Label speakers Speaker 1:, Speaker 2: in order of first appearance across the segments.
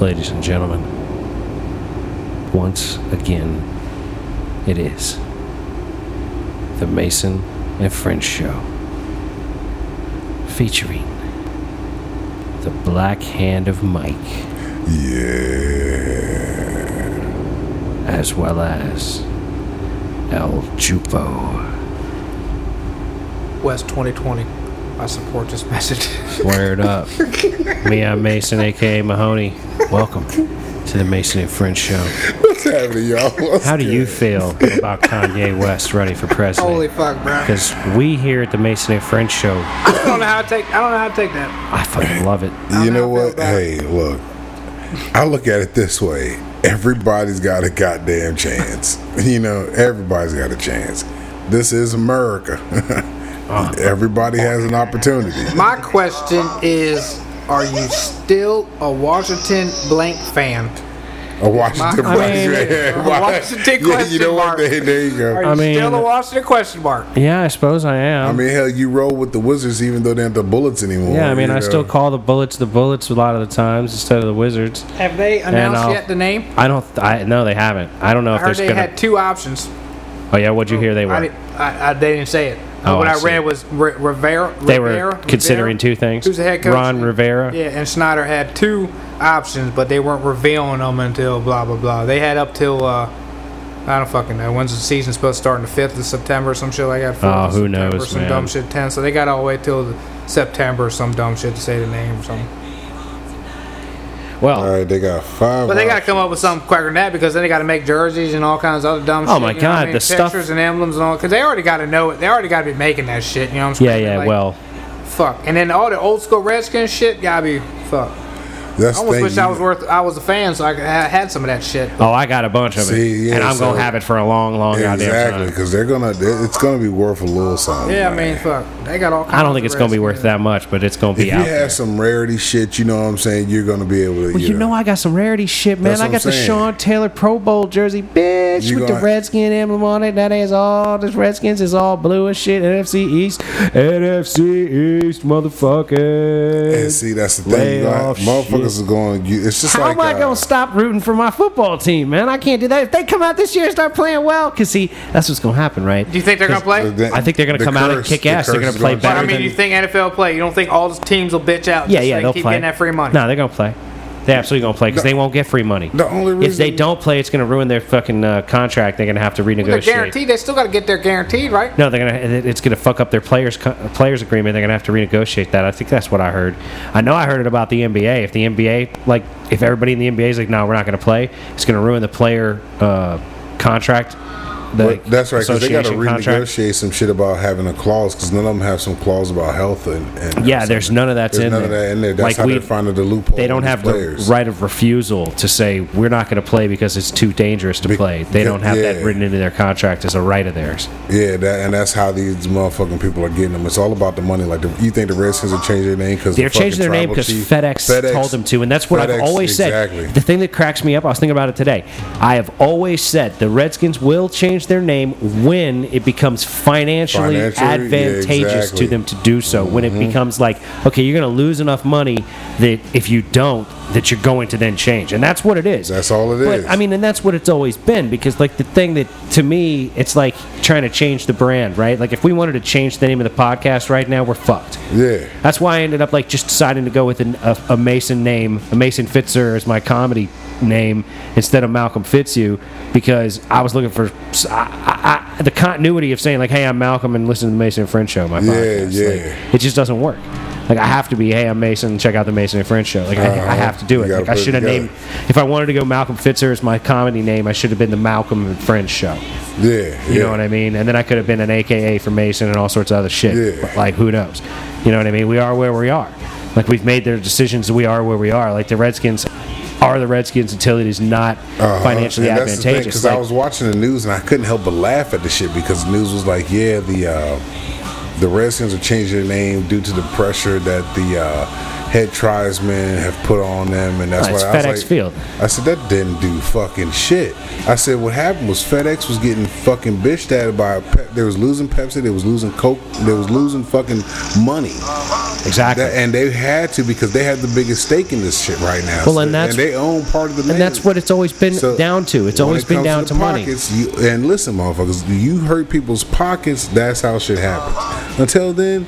Speaker 1: Ladies and gentlemen, once again, it is the Mason and French Show featuring the Black Hand of Mike. Yeah. As well as El Jupo.
Speaker 2: West 2020. I support this message.
Speaker 1: Wired up. Me, I'm Mason, aka Mahoney. Welcome to the Mason and French Show.
Speaker 3: What's happening, y'all? What's
Speaker 1: How do you
Speaker 3: good?
Speaker 1: feel about Kanye West running for president?
Speaker 2: Holy fuck, bro! I
Speaker 1: Because we here at the Mason and French show,
Speaker 2: don't know how to take. I don't know how to take that.
Speaker 1: I fucking love it.
Speaker 3: You know
Speaker 2: how I feel
Speaker 3: what?
Speaker 2: about
Speaker 3: Hey, look. I look at it this way. Everybody's got a goddamn chance. You know, everybody's got a chance. This is America.
Speaker 1: Uh.
Speaker 3: Everybody has an opportunity.
Speaker 2: My question is: Are you still a Washington blank fan?
Speaker 3: A Washington
Speaker 2: I mean,
Speaker 3: question.
Speaker 2: a Washington
Speaker 3: Yeah, you know
Speaker 2: question
Speaker 3: what?
Speaker 2: mark.
Speaker 3: There, there you
Speaker 2: Are
Speaker 3: go.
Speaker 2: you
Speaker 1: I mean-
Speaker 2: still a Washington question mark?
Speaker 1: Yeah, I suppose I am.
Speaker 3: I mean, hell, you roll with the Wizards even though they aren't the Bullets anymore.
Speaker 1: yeah, I mean,
Speaker 3: you
Speaker 1: I
Speaker 3: know?
Speaker 1: still call the bullets the bullets a lot of the times instead of the wizards.
Speaker 2: Have they
Speaker 1: And
Speaker 2: announced
Speaker 1: I'll-
Speaker 2: yet the name?
Speaker 1: I don't. I no, they haven't. I don't know
Speaker 2: I
Speaker 1: if
Speaker 2: heard
Speaker 1: there's
Speaker 2: they
Speaker 1: gonna.
Speaker 2: had two options.
Speaker 1: oh yeah, what'd you hear they
Speaker 2: I,
Speaker 1: were?
Speaker 2: didn't- I, I they didn't say it.
Speaker 1: Oh,
Speaker 2: what
Speaker 1: I
Speaker 2: I,
Speaker 1: see.
Speaker 2: read was Re- Rivera.
Speaker 1: They were
Speaker 2: Rivera-
Speaker 1: considering
Speaker 2: Rivera?
Speaker 1: two things.
Speaker 2: Who's the head coach?
Speaker 1: Ron Rivera.
Speaker 2: Yeah, and Snyder had two options, but they weren't revealing them until blah blah blah. They had up till uh, I don't fucking know. When's the season supposed to start? On the fifth of September, or some shit like that. 4th of
Speaker 1: Oh, who
Speaker 2: September,
Speaker 1: knows,
Speaker 2: Some
Speaker 1: man.
Speaker 2: dumb shit. Ten. So they got all the way till the September, or some dumb shit to say the name or something.
Speaker 1: Well,
Speaker 3: All right, they got five.
Speaker 2: But they got to
Speaker 3: options.
Speaker 2: come up with something quicker than that because then they got to make jerseys and all kinds of other dumb shit.
Speaker 1: Oh, my
Speaker 2: you know what
Speaker 1: God,
Speaker 2: I mean?
Speaker 1: the stuff-
Speaker 2: Textures and emblems and all. Because they already got to know it. They already got to be making that shit. You know what I'm
Speaker 1: yeah,
Speaker 2: saying?
Speaker 1: yeah.
Speaker 2: Like,
Speaker 1: well,
Speaker 2: Fuck. And then all the old school Redskins shit got to be. Fuck.
Speaker 3: That's
Speaker 2: I almost
Speaker 3: thing,
Speaker 2: wish
Speaker 3: you-
Speaker 2: I was worth. I was a fan, so I could ha- had some of that shit.
Speaker 1: oh, I got a bunch of it,
Speaker 3: See, yeah,
Speaker 1: and I'm
Speaker 3: so-
Speaker 1: gonna have it for a long, long
Speaker 3: Exactly,
Speaker 1: goddamn time.
Speaker 3: because they're gonna. It's gonna be worth a little something.
Speaker 2: Yeah, I
Speaker 3: man.
Speaker 2: mean, fuck. They got all. Kinds
Speaker 1: I don't think
Speaker 2: of
Speaker 1: it's gonna be worth
Speaker 2: Redskins.
Speaker 1: that much, but it's gonna
Speaker 3: If
Speaker 1: be
Speaker 3: you
Speaker 1: out
Speaker 3: have
Speaker 1: there.
Speaker 3: some rarity shit, you know what I'm saying. You're gonna be able to.
Speaker 1: Well, you know, I got some rarity shit, man.
Speaker 3: That's
Speaker 1: I
Speaker 3: what
Speaker 1: got
Speaker 3: I'm
Speaker 1: the
Speaker 3: saying.
Speaker 1: Sean Taylor Pro Bowl jersey, bitch,
Speaker 3: You
Speaker 1: with the
Speaker 3: gonna-
Speaker 1: Redskin emblem on it. That is all. This Redskins is all blue as shit. NFC East, NFC East,
Speaker 3: And
Speaker 1: motherfuckers.
Speaker 3: see, that's the thing. You
Speaker 1: Lay
Speaker 3: gonna,
Speaker 1: off
Speaker 3: motherfuckers
Speaker 1: shit.
Speaker 3: are going. You, it's just
Speaker 1: How
Speaker 3: like.
Speaker 1: am I
Speaker 3: uh,
Speaker 1: gonna stop rooting for my football team, man? I can't do that. If they come out this year and start playing well, cause see, that's what's gonna happen, right?
Speaker 2: Do you think they're gonna play?
Speaker 3: the-
Speaker 1: I think they're gonna
Speaker 3: the
Speaker 1: come out and kick
Speaker 3: the
Speaker 1: ass. They're
Speaker 3: curse
Speaker 1: gonna
Speaker 3: is
Speaker 1: play
Speaker 3: gonna
Speaker 2: But
Speaker 1: better
Speaker 2: I
Speaker 3: come.
Speaker 2: mean,
Speaker 1: than-
Speaker 2: you think NFL play? You don't think all the teams will bitch out?
Speaker 1: yeah,
Speaker 2: just so
Speaker 1: yeah,
Speaker 2: they
Speaker 1: they'll
Speaker 2: keep
Speaker 1: play.
Speaker 2: getting that free money.
Speaker 1: No, they're gonna play. They absolutely gonna play because they won't get free money.
Speaker 3: The only reason
Speaker 1: If they don't play, it's gonna ruin their fucking uh, contract. They're gonna have to renegotiate.
Speaker 2: they're guaranteed. They still got to get their guaranteed, right?
Speaker 1: No, they're gonna. it- It's gonna fuck up their players co- players agreement. They're gonna have to renegotiate that. I think that's what I heard. I know I heard it about the NBA. If the NBA, like, if everybody in the NBA is like, no, we're not gonna play, it's gonna ruin the player uh, contract. The
Speaker 3: But that's right. Because they got to
Speaker 1: association
Speaker 3: renegotiate
Speaker 1: contract.
Speaker 3: some shit about having a clause. Because none of them have some clause about health and. and
Speaker 1: Yeah, there's none of that's
Speaker 3: there's
Speaker 1: in
Speaker 3: none
Speaker 1: there.
Speaker 3: of that in there. That's
Speaker 1: Like,
Speaker 3: how
Speaker 1: we-
Speaker 3: they're finding the loophole.
Speaker 1: They don't
Speaker 3: with
Speaker 1: have
Speaker 3: players.
Speaker 1: the right of refusal to say we're not going to play because it's too dangerous to play. They don't have that
Speaker 3: yeah.
Speaker 1: written into their contract as a right of theirs.
Speaker 3: Yeah, that, and that's how these motherfucking people are getting them. It's all about the money. Like, the, you think the Redskins will change their name because
Speaker 1: They're changing their name because FedEx, told them to, and that's what I've always
Speaker 3: exactly.
Speaker 1: said. The thing that cracks me up, I was thinking about it today. I have always said the Redskins will change their name when it becomes financially
Speaker 3: Financially, yeah,
Speaker 1: advantageous
Speaker 3: exactly. Mm-hmm.
Speaker 1: to them to do so. When it becomes like, okay, you're going to lose enough money that if you don't, that you're going to then change, and that's what it is.
Speaker 3: That's all it
Speaker 1: it is. but,
Speaker 3: is.
Speaker 1: I mean, and that's what it's always been because, like, the thing that to me, it's like trying to change the brand, right? Like, if we wanted to change the name of the podcast right now, we're fucked.
Speaker 3: Yeah.
Speaker 1: That's why I ended up like just deciding to go with an, a, a Mason name, a Mason Fitzer as my comedy name instead of Malcolm Fitzhugh, because I was looking for I, I, I, the continuity of saying like, "Hey, I'm Malcolm," and listen to the Mason and French show. My
Speaker 3: Yeah,
Speaker 1: podcast. Like,
Speaker 3: yeah.
Speaker 1: it just doesn't work. Like I have to be, "Hey, I'm Mason. Check out the Mason and French show." Like I, I
Speaker 3: Uh-huh.
Speaker 1: have to do
Speaker 3: You
Speaker 1: it.
Speaker 3: gotta
Speaker 1: Like I
Speaker 3: put it
Speaker 1: should have
Speaker 3: together.
Speaker 1: named if I wanted to go Malcolm Fitzer as my comedy name, I should have been the Malcolm and French show.
Speaker 3: Yeah.
Speaker 1: You know what I mean? And then I could have been an AKA for Mason and all sorts of other shit.
Speaker 3: Yeah.
Speaker 1: But like, who knows? You know what I mean? We are where we are. Like, we've made their decisions. We are where we are. Like, the Redskins are the Redskins until it is not financially
Speaker 3: Uh-huh. and that's the thing,
Speaker 1: advantageous.
Speaker 3: Because
Speaker 1: Like,
Speaker 3: I was watching the news and I couldn't help but laugh at the shit because the news was like, yeah, the uh, the Redskins are changing their name due to the pressure that the uh, head tribesmen have put on them, and that's
Speaker 1: No,
Speaker 3: why
Speaker 1: it's
Speaker 3: I was
Speaker 1: FedEx
Speaker 3: like,
Speaker 1: Field.
Speaker 3: I said that didn't do fucking shit. I said what happened was FedEx was getting fucking bitched at by Pe- they was losing Pepsi, they was losing Coke, they was losing fucking money
Speaker 1: Exactly.
Speaker 3: That, and they had to because they had the biggest stake in this shit right now.
Speaker 1: Well, and that's-
Speaker 3: they own part of the.
Speaker 1: and that's what it's always been down to. It's always been down to, money.
Speaker 3: pockets, money. You, and listen, motherfuckers, you hurt people's pockets. That's how shit happens. Until then,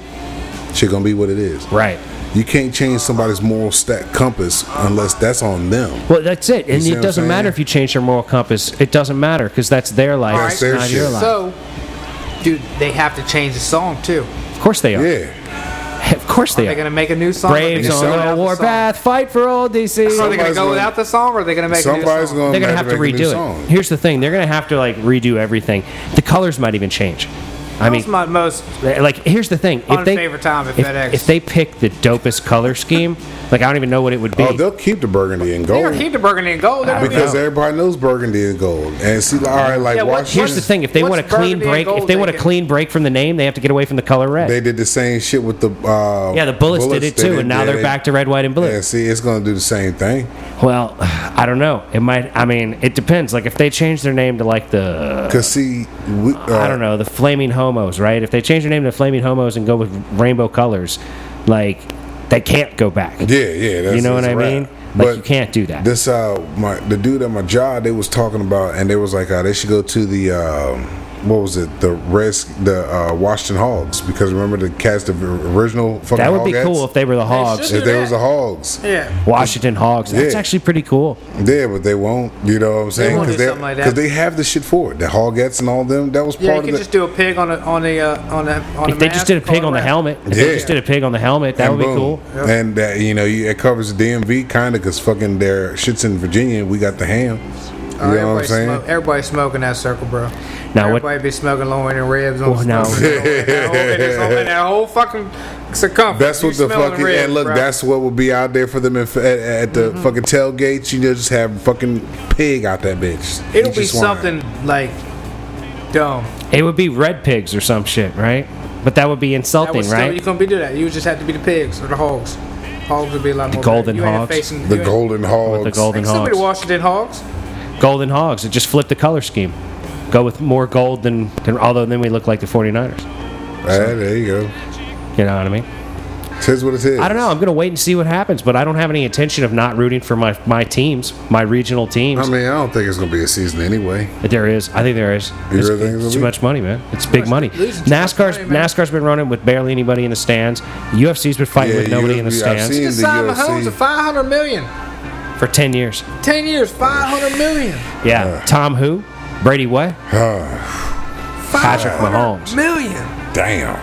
Speaker 3: shit gonna be what it is.
Speaker 1: Right.
Speaker 3: You can't change somebody's moral stack compass unless that's on them.
Speaker 1: Well, that's it. And
Speaker 3: see
Speaker 1: it
Speaker 3: what I'm
Speaker 1: doesn't
Speaker 3: saying?
Speaker 1: matter if you change your moral compass. It doesn't matter because that's their life,
Speaker 3: That's
Speaker 1: it's
Speaker 3: their
Speaker 1: not
Speaker 3: shit.
Speaker 1: your life.
Speaker 2: So, dude, they have to change the song too.
Speaker 1: of course they are.
Speaker 3: Yeah.
Speaker 1: Of course they
Speaker 2: They're
Speaker 1: are.
Speaker 2: gonna make a new song. or they
Speaker 1: Braves
Speaker 2: just
Speaker 1: on
Speaker 2: go
Speaker 1: the
Speaker 2: without
Speaker 1: warpath, fight for old DC.
Speaker 2: song? Are they gonna
Speaker 3: Somebody's
Speaker 2: go
Speaker 3: gonna-
Speaker 2: without the song, or are they gonna make?
Speaker 3: Somebody's
Speaker 2: a new song?
Speaker 3: gonna.
Speaker 1: They're gonna have to
Speaker 3: make a new
Speaker 1: redo
Speaker 3: song.
Speaker 1: it. Here's the thing: they're gonna have to like redo everything. The colors might even change. I
Speaker 2: That
Speaker 1: mean,
Speaker 2: was my most.
Speaker 1: like here's the thing: if they
Speaker 2: Unfavorite time at
Speaker 1: if,
Speaker 2: FedEx.
Speaker 1: if they pick the dopest color scheme, like I don't even know what it would be.
Speaker 3: Oh, they'll keep the burgundy and
Speaker 2: They're
Speaker 3: gold
Speaker 2: gonna keep the burgundy and gold. They're gonna be-
Speaker 3: because everybody knows burgundy and gold. And see, like, all right, like
Speaker 2: Yeah, what-
Speaker 3: Washington,
Speaker 1: here's the thing: if they
Speaker 2: What's
Speaker 1: want a clean
Speaker 2: burgundy and
Speaker 1: break, if
Speaker 2: gold
Speaker 1: they want a
Speaker 2: they can-
Speaker 1: clean break from the name, they have to get away from the color red.
Speaker 3: they did the same shit with the. Uh,
Speaker 1: yeah, the bullets, did it too, and now
Speaker 3: yeah,
Speaker 1: they're
Speaker 3: they-
Speaker 1: back to red, white, and blue.
Speaker 3: Yeah, see, it's gonna do the same thing.
Speaker 1: Well, I don't know. It might. I mean, it depends. Like if they change their name to like the
Speaker 3: Cause see, we, uh,
Speaker 1: I don't know, the Flaming Homos, right? If they change their name to Flaming Homos and go with rainbow colors, like they can't go back.
Speaker 3: Yeah, yeah, that's,
Speaker 1: You know what
Speaker 3: that's
Speaker 1: I
Speaker 3: a wrap.
Speaker 1: mean? Like
Speaker 3: But
Speaker 1: you can't do that.
Speaker 3: This uh, my the dude at my job, they was talking about, and they was like, uh, they should go to the um, what was it, the res, the uh, Washington Hogs, because remember the cast of original fucking.
Speaker 1: that would be
Speaker 3: Hogettes?
Speaker 1: cool if they were the Hogs.
Speaker 2: should.
Speaker 3: If they was the Hogs,
Speaker 2: Yeah.
Speaker 1: Washington Hogs. That's
Speaker 3: Yeah.
Speaker 1: actually pretty cool.
Speaker 3: yeah, but they won't. You know what I'm saying?
Speaker 2: won't do
Speaker 3: they,
Speaker 2: something like that.
Speaker 3: 'cause they have the shit for it. The Hogettes and all them. That was
Speaker 2: Yeah, you
Speaker 3: part
Speaker 2: could
Speaker 3: of
Speaker 2: just do a pig on a on a uh, on a on a.
Speaker 1: If they just
Speaker 2: mask,
Speaker 1: did a
Speaker 2: call
Speaker 1: pig
Speaker 2: it
Speaker 1: on the
Speaker 2: wrap.
Speaker 1: helmet, if they
Speaker 3: Yeah.
Speaker 1: just did a pig on the helmet, that
Speaker 3: and
Speaker 1: would be
Speaker 3: boom.
Speaker 1: cool.
Speaker 3: And that you know you, it covers the DMV kind of because fucking their shits in Virginia. We got the ham. You
Speaker 2: Oh,
Speaker 3: know what I'm
Speaker 2: everybody's
Speaker 3: saying?
Speaker 2: smoke- everybody's smoking that circle, bro.
Speaker 1: Now what-
Speaker 2: everybody be smoking loin and ribs on
Speaker 1: Well,
Speaker 2: the
Speaker 1: now-
Speaker 2: smoking loin, that whole- and it's all in that whole fucking circumference.
Speaker 3: That's what
Speaker 2: You
Speaker 3: the
Speaker 2: smelling
Speaker 3: fucking
Speaker 2: ribs,
Speaker 3: and look.
Speaker 2: bro. Mm-hmm.
Speaker 3: That's what would be out there for them if, at, at the fucking tailgates. You know, just have fucking pig out that bitch. You
Speaker 2: it'll be
Speaker 3: just wanna-
Speaker 2: something like dumb.
Speaker 1: It would be red pigs or some shit, right? But that would be
Speaker 2: That would
Speaker 1: insulting,
Speaker 2: still, You
Speaker 1: right?
Speaker 2: couldn't be do that. You would just have to be the pigs or the hogs. Hogs would be a lot more.
Speaker 1: golden
Speaker 2: you ain't
Speaker 1: hogs.
Speaker 2: Facing,
Speaker 3: The
Speaker 2: you ain't-
Speaker 3: golden hogs.
Speaker 1: The golden
Speaker 2: Still be
Speaker 1: hogs.
Speaker 2: the Washington hogs.
Speaker 1: Golden hogs. It just flipped the color scheme. Go with more gold than, than although then we look like the 49ers.
Speaker 3: Ah, there you go.
Speaker 1: You know what I mean?
Speaker 3: Tis what it is.
Speaker 1: I don't know. I'm going to wait and see what happens, but I don't have any intention of not rooting for my, my teams, my regional teams.
Speaker 3: I mean, I don't think it's gonna be a season anyway.
Speaker 1: But there is. I think there is.
Speaker 3: You
Speaker 1: It's,
Speaker 3: really think
Speaker 1: it's
Speaker 3: it'll
Speaker 1: too
Speaker 3: be?
Speaker 1: much money, man. It's big money.
Speaker 2: losing too much
Speaker 1: NASCAR's
Speaker 2: money, man.
Speaker 1: NASCAR's been running with barely anybody in the stands. UFC's been fighting
Speaker 3: Yeah,
Speaker 1: with nobody
Speaker 3: you-
Speaker 1: in the
Speaker 3: I've
Speaker 1: stands
Speaker 3: seen- In
Speaker 2: Just
Speaker 3: the
Speaker 2: signed
Speaker 3: UFC.
Speaker 2: Mahomes to 500 million.
Speaker 1: for 10 years.
Speaker 2: 10 years, 500 million.
Speaker 1: Yeah. Tom who? Brady what?
Speaker 3: Ah,
Speaker 1: Patrick Mahomes.
Speaker 2: Million.
Speaker 3: damn.